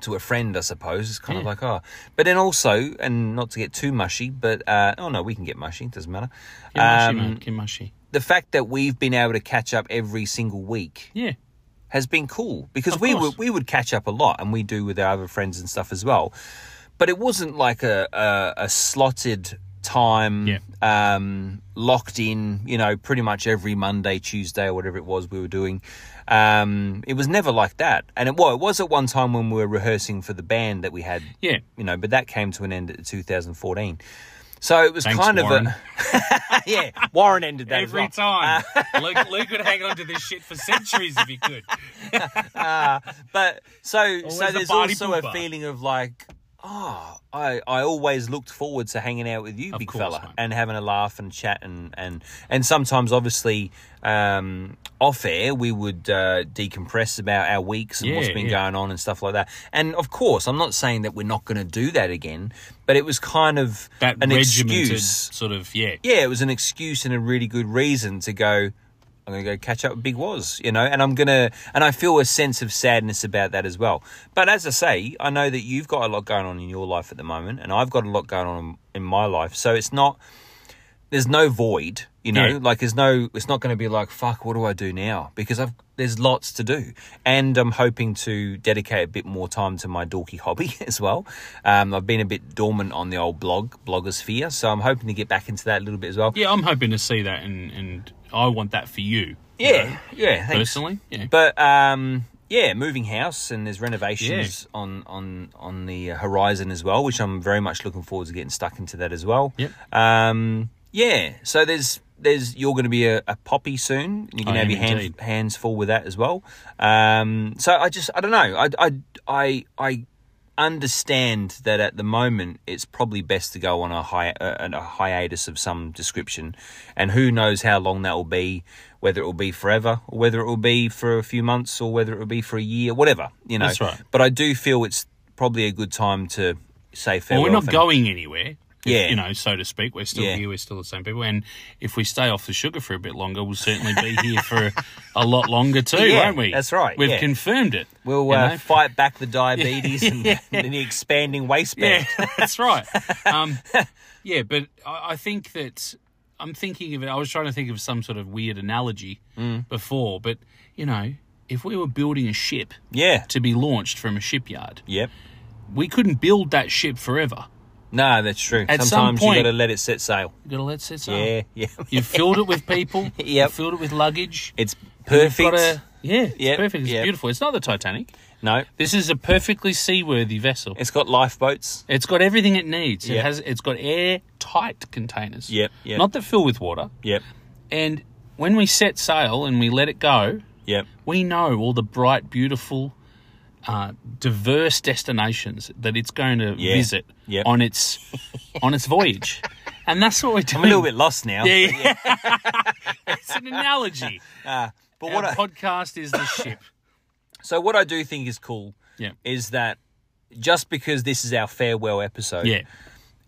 A: to a friend, I suppose. It's
B: Hmm.
A: kind of like oh, but then also, and not to get too mushy, but uh, oh no, we can get mushy. It doesn't matter.
B: Get mushy,
A: Um,
B: mate. Get mushy.
A: the fact that we've been able to catch up every single week
B: Yeah.
A: has been cool because
B: Of
A: we
B: course.
A: would we would catch up a lot and we do with our other friends and stuff as well. But it wasn't like a a, a slotted time,
B: Yeah.
A: um, locked in. You know, pretty much every Monday, Tuesday, or whatever it was we were doing. Um, it was never like that, and it well, it was at one time when we were rehearsing for the band that we had.
B: Yeah.
A: You know, but that came to an end at 2014. So it was
B: Thanks,
A: kind
B: Warren.
A: of a yeah. Warren ended that Uh, as
B: Every
A: well.
B: time. Luke, Luke would hang on to this shit for centuries if he could.
A: but so so
B: the
A: there's
B: party
A: also a
B: pooper.
A: feeling of like ah I, I always looked forward to hanging out with you big
B: course,
A: fella
B: mate.
A: and having a laugh and chat and and and sometimes obviously um off air we would uh, decompress about our weeks and what's
B: Yeah,
A: been
B: yeah.
A: going on and stuff like that and of course I'm not saying that we're not going to do that again but it was kind of
B: That
A: an
B: regimented
A: excuse
B: sort of, yeah.
A: yeah, it was an excuse and a really good reason to go. I'm going to go catch up with Big Woz, you know, and I'm going to, and I feel a sense of sadness about that as well. But as I say, I know that you've got a lot going on in your life at the moment, and I've got a lot going on in my life. So it's not, there's no void, you know,
B: Yeah.
A: like there's no, it's not going to be like, fuck, what do I do now? Because I've, there's lots to do. And I'm hoping to dedicate a bit more time to my dorky hobby as well. Um, I've been a bit dormant on the old blog, blogosphere. So I'm hoping to get back into that a little bit as well.
B: Yeah, I'm hoping to see that and, and I want that for you.
A: Yeah, yeah, thanks.
B: Personally. Yeah.
A: But um, yeah, moving house and there's renovations on on on the horizon as well, which I'm very much looking forward to getting stuck into that as well.
B: Yep.
A: Um, yeah. So there's there's you're going to be a, a poppy soon. You're going
B: I
A: to have
B: am
A: your hand,
B: indeed.
A: hands full with that as well. Um, so I just I don't know. I I I I understand that at the moment it's probably best to go on a hi- uh, a hiatus of some description and who knows how long that will be whether it will be forever or whether it will be for a few months or whether it will be for a year whatever you know
B: That's right.
A: but i do feel it's probably a good time to say
B: Well,
A: farewell
B: we're not
A: and-
B: going anywhere. if-
A: Yeah.
B: You know, so to speak. We're still
A: Yeah.
B: here. We're still the same people. And if we stay off the sugar for a bit longer, we'll certainly be here for a lot longer too,
A: Yeah,
B: won't we?
A: that's right,
B: We've
A: yeah.
B: confirmed it.
A: we'll
B: you
A: uh,
B: know?
A: fight back the diabetes and, and the expanding waistband
B: Yeah, that's right. Um, yeah, but I, I think that I'm thinking of it. I was trying to think of some sort of weird analogy
A: Mm.
B: before, but you know, if we were building a ship
A: Yeah.
B: to be launched from a shipyard,
A: Yep.
B: we couldn't build that ship forever.
A: No, that's true.
B: At some
A: Sometimes you
B: point- Oh.
A: got to let it set sail.
B: You gotta let it sail.
A: Yeah, yeah.
B: You filled it with people. You
A: Yep.
B: filled it with luggage.
A: It's
B: You've
A: perfect.
B: got a- yeah, it's
A: Yep,
B: perfect. It's
A: yep.
B: beautiful. It's not the Titanic.
A: No,
B: This is a perfectly seaworthy vessel.
A: it's got lifeboats.
B: It's got everything it needs. It
A: Yep.
B: has. It's got airtight containers.
A: Yep, yep.
B: Not that fill with water.
A: Yep,
B: And when we set sail and we let it go,
A: yep.
B: we know all the bright, beautiful, uh, diverse destinations that it's going to
A: Yeah.
B: visit
A: Yep.
B: on its on its voyage. And that's what we're doing.
A: I'm a little bit lost now.
B: Yeah, yeah. it's an analogy.
A: Uh, but
B: Our
A: what I,
B: podcast is the ship.
A: so what I do think is cool
B: Yeah.
A: is that just because this is our farewell episode,
B: Yeah.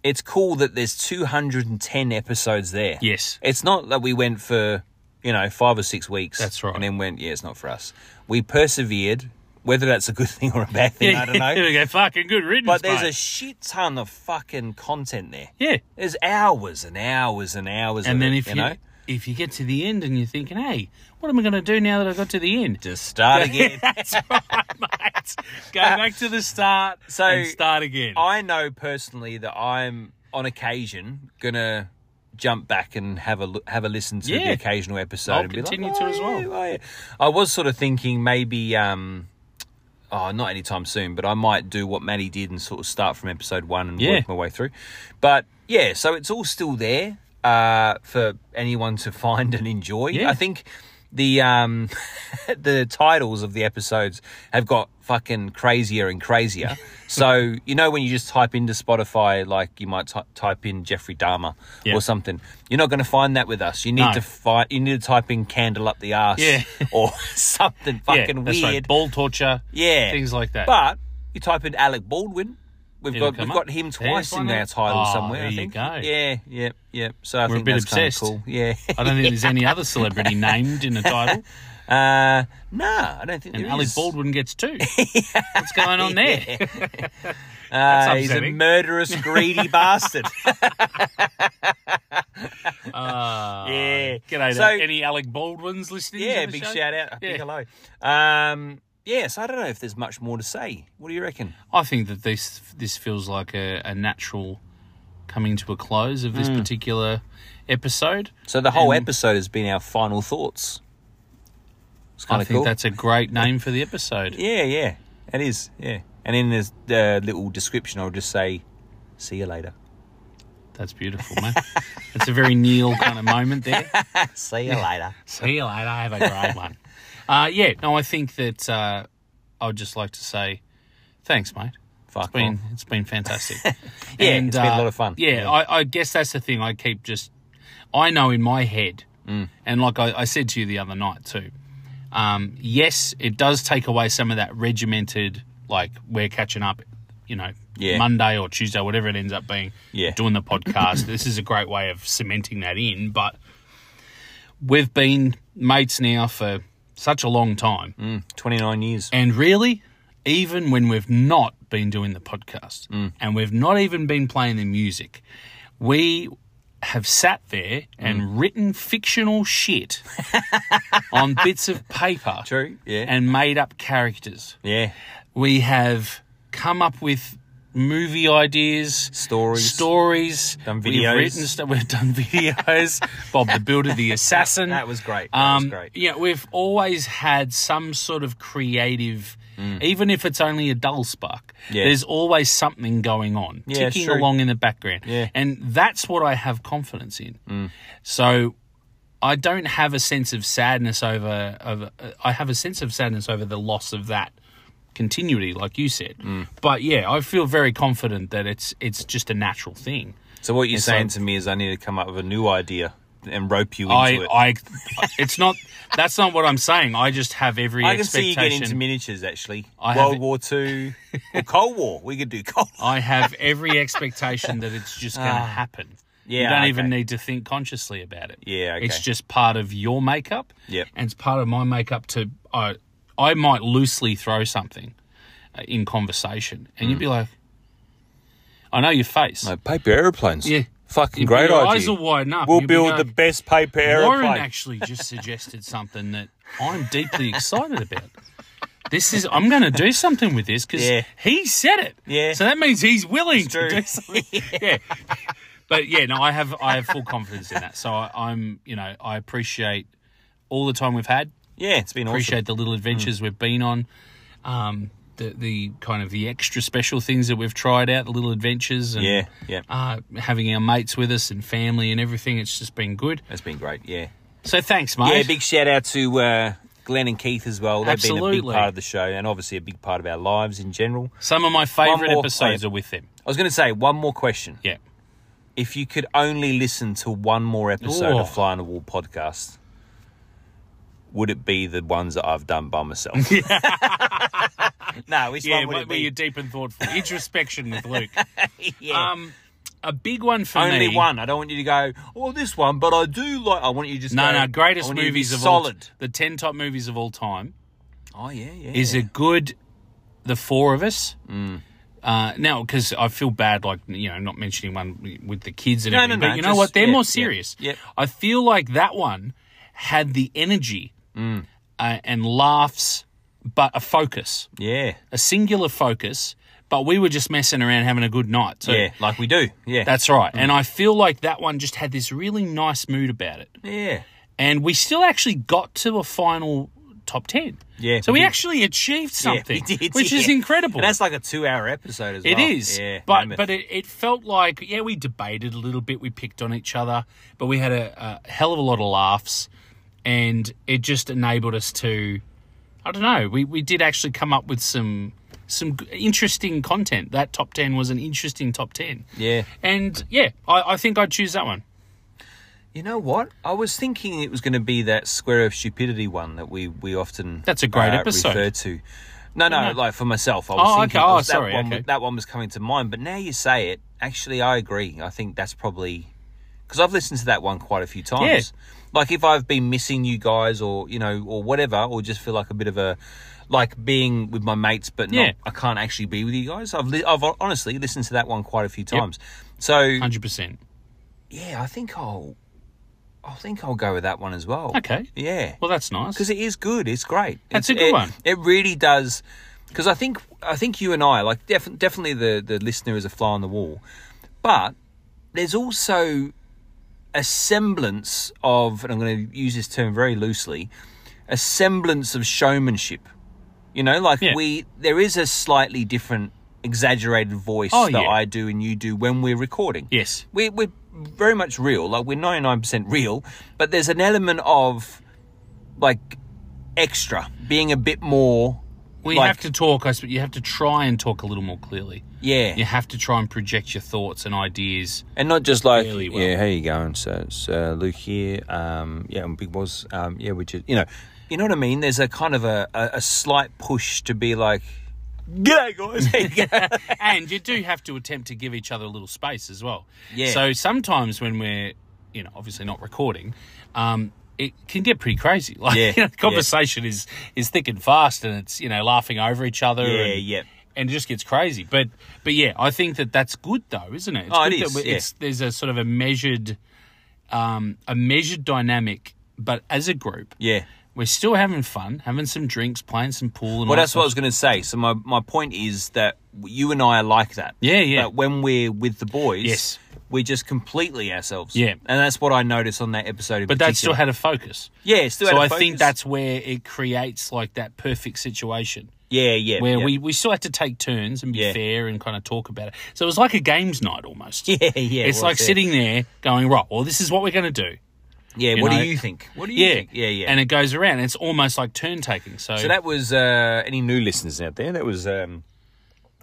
A: it's cool that there's 210 episodes there.
B: Yes.
A: It's not that we went for, you know, five or six weeks.
B: That's right.
A: And then went, yeah, it's not for us. We persevered. Whether that's a good thing or a bad thing, I don't
B: Here
A: know.
B: we go. Fucking good riddance.
A: But there's a
B: mate.
A: shit ton of fucking content there.
B: yeah.
A: There's hours and hours and hours.
B: And
A: of
B: then
A: it,
B: if you,
A: you know,
B: if you get to the end and you're thinking, hey, what am I going to do now that I got to the end?
A: just start again.
B: That's right, mate. Go back to the start
A: So,
B: and start again.
A: I know personally that I'm on occasion gonna jump back and have a l- have a listen to the
B: Yeah.
A: occasional episode.
B: I'll
A: and be like,
B: continue to
A: "Oh,
B: as well."
A: yeah, oh, yeah." I was sort of thinking maybe, um, oh, not anytime soon, but I might do what Maddie did and sort of start from episode one and
B: Yeah.
A: work my way through. But yeah, so it's all still there uh, for anyone to find and enjoy.
B: Yeah.
A: I think. The um, the titles of the episodes have got fucking crazier and crazier. so you know when you just type into Spotify, like you might ty- type in Jeffrey Dahmer
B: Yeah.
A: or something, you're not going to find that with us. You need
B: No.
A: to find. You need to type in "candle up the ass"
B: Yeah.
A: or something
B: yeah,
A: fucking
B: that's right.
A: weird.
B: Ball torture.
A: Yeah,
B: Things like that.
A: But you type in Alec Baldwin. We've
B: It'll
A: got
B: come
A: we've
B: up.
A: got him
B: There's
A: twice in
B: one
A: our
B: of-
A: title
B: Oh,
A: somewhere.
B: there
A: I
B: you
A: think.
B: go.
A: Yeah, yeah, yeah. So I
B: We're a
A: think
B: bit
A: that's kind of
B: obsessed.
A: cool. Yeah.
B: I don't think there's any other celebrity named in the title.
A: Uh, nah, I don't think
B: And
A: there
B: Alec
A: is.
B: Baldwin gets two. What's going on there?
A: Uh, he's a
B: upsetting.
A: murderous, greedy bastard.
B: Ah,
A: Yeah.
B: G'day
A: So-
B: so, any Alec Baldwins listening? to
A: Yeah,
B: the
A: big
B: show?
A: shout out. Big
B: Yeah.
A: hello. Um, yeah, so I don't know if there's much more to say. What do you reckon?
B: I think that this this feels like a, a natural coming to a close of
A: Mm.
B: this particular episode.
A: So the whole
B: Um,
A: episode has been our final thoughts. It's kind
B: I
A: of
B: think
A: cool.
B: that's a great name for the episode.
A: Yeah, yeah, it is. Yeah, and in this uh, little description, I'll just say, "See you later."
B: That's beautiful, mate. It's a very Neil kind of moment there.
A: See you later.
B: See you later. Have a great one. Uh, yeah, no, I think that uh, I would just like to say thanks, mate.
A: Fuck
B: It's been
A: off.
B: it's been fantastic. uh,
A: Yeah, it's been a lot of fun.
B: Yeah,
A: Yeah.
B: I, I guess that's the thing. I keep just I know in my head,
A: Mm.
B: and like I, I said to you the other night too. Um, yes, it does take away some of that regimented, like we're catching up, you know,
A: Yeah.
B: Monday or Tuesday, whatever it ends up being.
A: Yeah.
B: doing the podcast. this is a great way of cementing that in, but we've been mates now for such a long time.
A: Mm. Twenty-nine years.
B: And really, even when we've not been doing the podcast
A: Mm.
B: and we've not even been playing the music, we have sat there
A: Mm.
B: and written fictional shit on bits of paper
A: True. Yeah.
B: and made up characters.
A: yeah.
B: We have come up with movie ideas,
A: Stories.
B: stories.
A: Done
B: We've
A: videos.
B: written stuff. We've done videos. Bob the Builder, the Assassin.
A: That was great. That was
B: Um,
A: great.
B: yeah, we've always had some sort of creative, even if it's only a dull spark.
A: Mm. Yeah.
B: There's always something going on,
A: Yeah,
B: ticking
A: sure.
B: along in the background,
A: Yeah. Mm.
B: and that's what I have confidence in. So I don't have a sense of sadness over. over uh, I have a sense of sadness over the loss of that continuity, like you said.
A: Mm.
B: But yeah, I feel very confident that it's it's just a natural thing.
A: So what you're
B: so-
A: saying to me is, I need to come up with a new idea and rope you into
B: I,
A: it.
B: I, it's not. That's not what I'm saying. I just have every
A: I can see you
B: expectation.
A: getting into miniatures actually.
B: I
A: World
B: have-
A: War Two or Cold War. We could do Cold. War.
B: I have every expectation that it's just going to happen. you
A: Ah. yeah,
B: don't
A: okay.
B: even need to think consciously about it.
A: Yeah, okay.
B: it's just part of your makeup.
A: Yep.
B: and it's part of my makeup to I, I might loosely throw something uh,
A: Hmm.
B: in conversation, and you'd be like, "I know your face."
A: paper airplanes.
B: Yeah,
A: Fucking great
B: Your
A: idea.
B: eyes will widen up.
A: We'll
B: You'll be
A: build
B: going-
A: the best paper
B: Warren
A: aeroplane.
B: actually just suggested something that I'm deeply excited about. This is I'm going to do something with this because
A: Yeah.
B: he said it.
A: Yeah.
B: So that means he's willing to
A: true.
B: do something. yeah. But yeah, no, I have I have full confidence in that. So I, I'm you know I appreciate all the time we've had.
A: yeah, it's been
B: Appreciate the little
A: Mm.
B: adventures we've been on. Um, the, the kind of the extra special things that we've tried out, the little adventures, and
A: awesome. Yeah, yeah.
B: uh, having our mates with us and family and everything. It's just been good.
A: That's been great. Yeah.
B: So thanks, mate.
A: Yeah, big shout out to uh, Glenn and Keith as well. They've been a big
B: Absolutely.
A: part of the show and obviously a big part of our lives in general.
B: Some of my
A: One
B: favourite
A: more
B: episodes
A: play.
B: are with them.
A: I was going to say one more question.
B: Yeah.
A: If you could only listen to one more episode
B: Oh.
A: of Fly on the Wall podcast, would it be the ones that I've done by myself? no, which
B: Yeah,
A: one would
B: what
A: it
B: were
A: be?
B: you deep and thoughtful? Introspection with Luke.
A: Yeah.
B: Um, a big one for me.
A: only one. I don't want you to go, oh, this one, but I do like. I want you to just
B: No,
A: go,
B: no,
A: I
B: greatest
A: want you to be
B: movies of all
A: solid.
B: the ten top movies of all time
A: Oh yeah, yeah. Mm.
B: is a good. The four of us. Uh, now, because I feel bad, like you know, not mentioning one with the kids and
A: No, no,
B: everything.
A: no,
B: but you know
A: just-
B: what? They're
A: yeah,
B: more
A: yeah,
B: serious.
A: yeah.
B: I feel like that one had the energy
A: Mm.
B: uh, and laughs, but a focus.
A: yeah,
B: a singular focus, but we were just messing around having a good night too.
A: yeah, Mm. like we do. Yeah,
B: That's right. And I feel like that one just had this really nice mood about it.
A: yeah.
B: And we still actually got to a final top 10.
A: Yeah,
B: So
A: we
B: we,
A: did.
B: actually achieved something,
A: Yeah, we did,
B: which is
A: yeah.
B: incredible.
A: And that's like a two-hour episode as
B: It
A: well.
B: is,
A: Yeah,
B: but
A: mammoth.
B: but it, it felt like yeah we debated a little bit, we picked on each other, but we had a, a hell of a lot of laughs, and it just enabled us to, I don't know, we, we did actually come up with some some g- interesting content. That top ten was an interesting top ten,
A: yeah.
B: and yeah, I, I think I'd choose that one.
A: You know what? I was thinking it was going to be that square of stupidity one that we we often
B: That's a great
A: uh,
B: episode.
A: refer to. No, no, like for myself, I was
B: Oh,
A: thinking
B: okay.
A: it
B: Oh,
A: was that
B: sorry,
A: one.
B: okay.
A: That one was coming to mind, but now you say it, actually, I agree. I think that's probably because I've listened to that one quite a few times. Like if I've been missing you guys, or you know, or whatever, or just feel like a bit of a like being with my mates, but
B: Yeah.
A: not, I can't actually be with you guys. I've li- I've honestly listened to that one quite a few times. So
B: Hundred percent.
A: yeah, I think I'll, I think I'll go with that one as well.
B: Okay.
A: Yeah,
B: Well, that's nice.
A: because it is good. It's great.
B: That's
A: It's-
B: a good
A: it-
B: one.
A: It really does. Because I think I think you and I like def- definitely the the listener is a fly on the wall, but there's also a semblance of, and I'm going to use this term very loosely, a semblance of showmanship. You know, like
B: Yeah.
A: we there is a slightly different exaggerated voice
B: Oh,
A: that
B: yeah.
A: I do and you do when we're recording
B: yes.
A: we're, we're very much real. Like we're ninety nine percent real, but there's an element of like extra being a bit more.
B: We
A: like-
B: have to talk, I suppose. You have to try and talk a little more clearly.
A: Yeah,
B: You have to try and project your thoughts and ideas.
A: and not just like
B: Really well.
A: yeah, how you going? So it's uh, Luke here. Um, yeah, and Big Boss. Um, yeah, which is you know, you know what I mean. There's a kind of a, a, a slight push to be like, g'day guys.
B: and you do have to attempt to give each other a little space as well.
A: Yeah.
B: So sometimes when we're, you know, obviously not recording, um, it can get pretty crazy. Like
A: Yeah,
B: you know,
A: yeah.
B: conversation is is thick and fast, and it's you know laughing over each other.
A: Yeah,
B: and,
A: yeah.
B: And it just gets crazy. But but yeah, I think that that's good though, isn't it? It's
A: Oh, it
B: good
A: is,
B: That we-
A: yeah.
B: it's, there's a sort of a measured, um, a measured dynamic, but as a group.
A: yeah.
B: We're still having fun, having some drinks, playing some pool, and
A: Well,
B: all
A: that's
B: that
A: what I was going to say. So my, my point is that you and I are like that.
B: Yeah, yeah.
A: That when we're with the boys,
B: Yes.
A: we're just completely ourselves.
B: Yeah.
A: and that's what I noticed on that episode. In
B: But that still
A: particular.
B: had a focus.
A: yeah, it still.
B: so
A: had a
B: I think
A: focus.
B: that's where it creates like that perfect situation
A: yeah, yeah,
B: where
A: yeah.
B: we, we still had to take turns and be
A: Yeah.
B: fair and kind of talk about it. So it was like a games night almost.
A: Yeah, yeah, it
B: It's
A: was,
B: like
A: yeah.
B: sitting there going, right, well, this is what we're going to do.
A: Yeah,
B: you
A: what
B: know.
A: do you think? What do you
B: Yeah.
A: think? Yeah, yeah.
B: And it goes around. It's almost like turn taking. So,
A: so that was uh, any new listeners out there? That was um,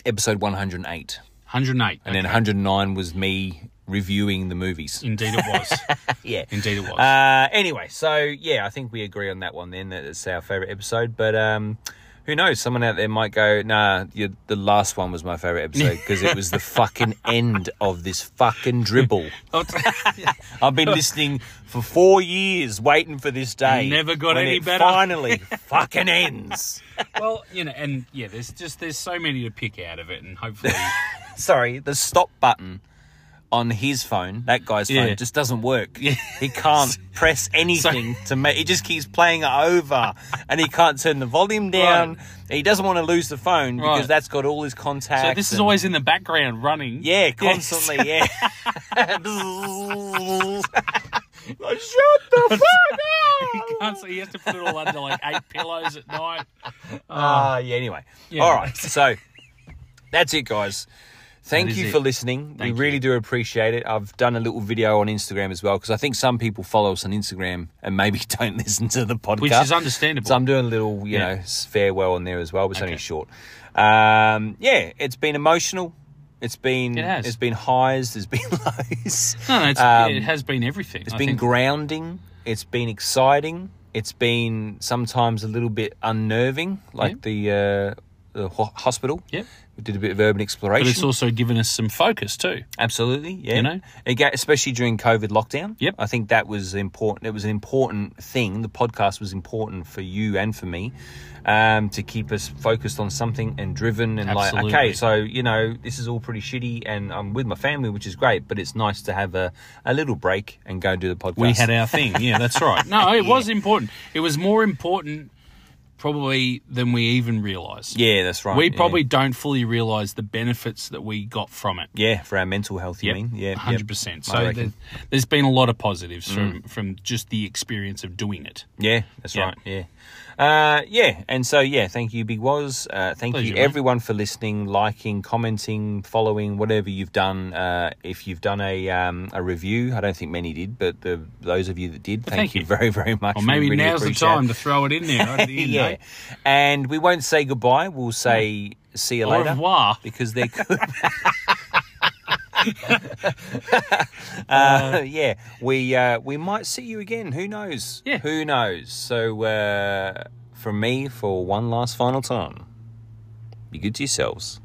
A: episode one hundred and eight,
B: 108.
A: and then one hundred and nine was me reviewing the movies.
B: Indeed it was.
A: yeah,
B: Indeed it was.
A: Uh, anyway, so yeah, I think we agree on that one then. That it's our favorite episode, but um, who knows? Someone out there might go, "Nah, you, the last one was my favorite episode because it was the fucking end of this fucking dribble." I've been listening for four years, waiting for this day.
B: Never got
A: when
B: any
A: it
B: better.
A: Finally, fucking ends.
B: well, you know, and yeah, there's just, there's so many to pick out of it and hopefully.
A: Sorry, the stop button on his phone, that guy's phone,
B: Yeah.
A: just doesn't work. He can't press anything to make. He just keeps playing it over, and he can't turn the volume down. He doesn't want to lose the phone because
B: Right.
A: that's got all his contacts.
B: So this is
A: and-
B: always in the background running.
A: yeah,
B: Yes.
A: constantly. Yeah. Like, shut the fuck
B: You can't see. You have to put it all under like eight pillows at night.
A: Ah, yeah. Anyway,
B: Yeah.
A: all right. So that's it, guys. Thank
B: is
A: you
B: it.
A: for listening.
B: Thank
A: we really
B: you.
A: do appreciate it. I've done a little video on Instagram as well because I think some people follow us on Instagram and maybe don't listen to the podcast,
B: Which is understandable.
A: So I'm doing a little, you
B: Yeah.
A: know, s- farewell on there as well. But it's only
B: Okay.
A: short. Um, yeah, it's been emotional. It's been
B: It has.
A: it's been highs. There's been lows.
B: No, no, it's,
A: Um,
B: it has been everything. It's
A: It's been grounding. It's been exciting. It's been sometimes a little bit unnerving, like the uh, the ho- hospital.
B: Yep.
A: We did a bit of urban exploration.
B: But it's also given us some focus too.
A: Absolutely, yeah.
B: You know?
A: It ga- especially during COVID lockdown.
B: Yep.
A: I think that was important. It was an important thing. The podcast was important for you and for me um, to keep us focused on something and driven and like,
B: Absolutely.
A: okay, so you know this is all pretty shitty, and I'm with my family, which is great. But it's nice to have a, a little break and go and do the podcast.
B: We had our thing. Yeah, that's right. No, it was important. It was more important probably than we even realised.
A: Yeah, that's right.
B: we
A: yeah.
B: probably don't fully realise the benefits that we got from it.
A: Yeah, for our mental health, you
B: Yep,
A: mean? Yeah,
B: hundred
A: yep.
B: percent.
A: I
B: So
A: reckon. Mm.
B: there, there's been a lot of positives from from just the experience of doing it.
A: Yeah, that's
B: Yeah.
A: right. Yeah. Uh, yeah, and so yeah, thank you, Big Woz. Uh, thank
B: Pleasure,
A: you,
B: mate.
A: everyone, for listening, liking, commenting, following, whatever you've done. Uh, if you've done a um, a review, I don't think many did, but the, those of you that did, thank,
B: thank
A: you
B: you.
A: very, very much.
B: Or
A: We
B: maybe
A: really
B: now's the
A: appreciate it.
B: time to throw it in there. Right at the end,
A: yeah,
B: eh?
A: and we won't say goodbye. We'll say see you
B: Au
A: later
B: revoir.
A: because they could. uh, yeah, we uh, we might see you again. Who knows?
B: Yeah.
A: Who knows? So, uh, from me, for one last final time, be good to yourselves.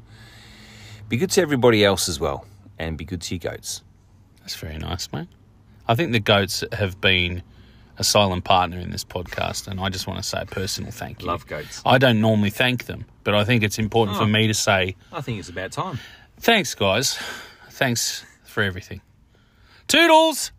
A: Be good to everybody else as well, and be good to your goats.
B: That's very nice, mate. I think the goats have been a silent partner in this podcast, and I just want to say a personal thank you.
A: Love goats.
B: I don't normally thank them, but I think it's important
A: Oh.
B: for me to say
A: I think it's about time.
B: thanks, guys. Thanks for everything. Toodles!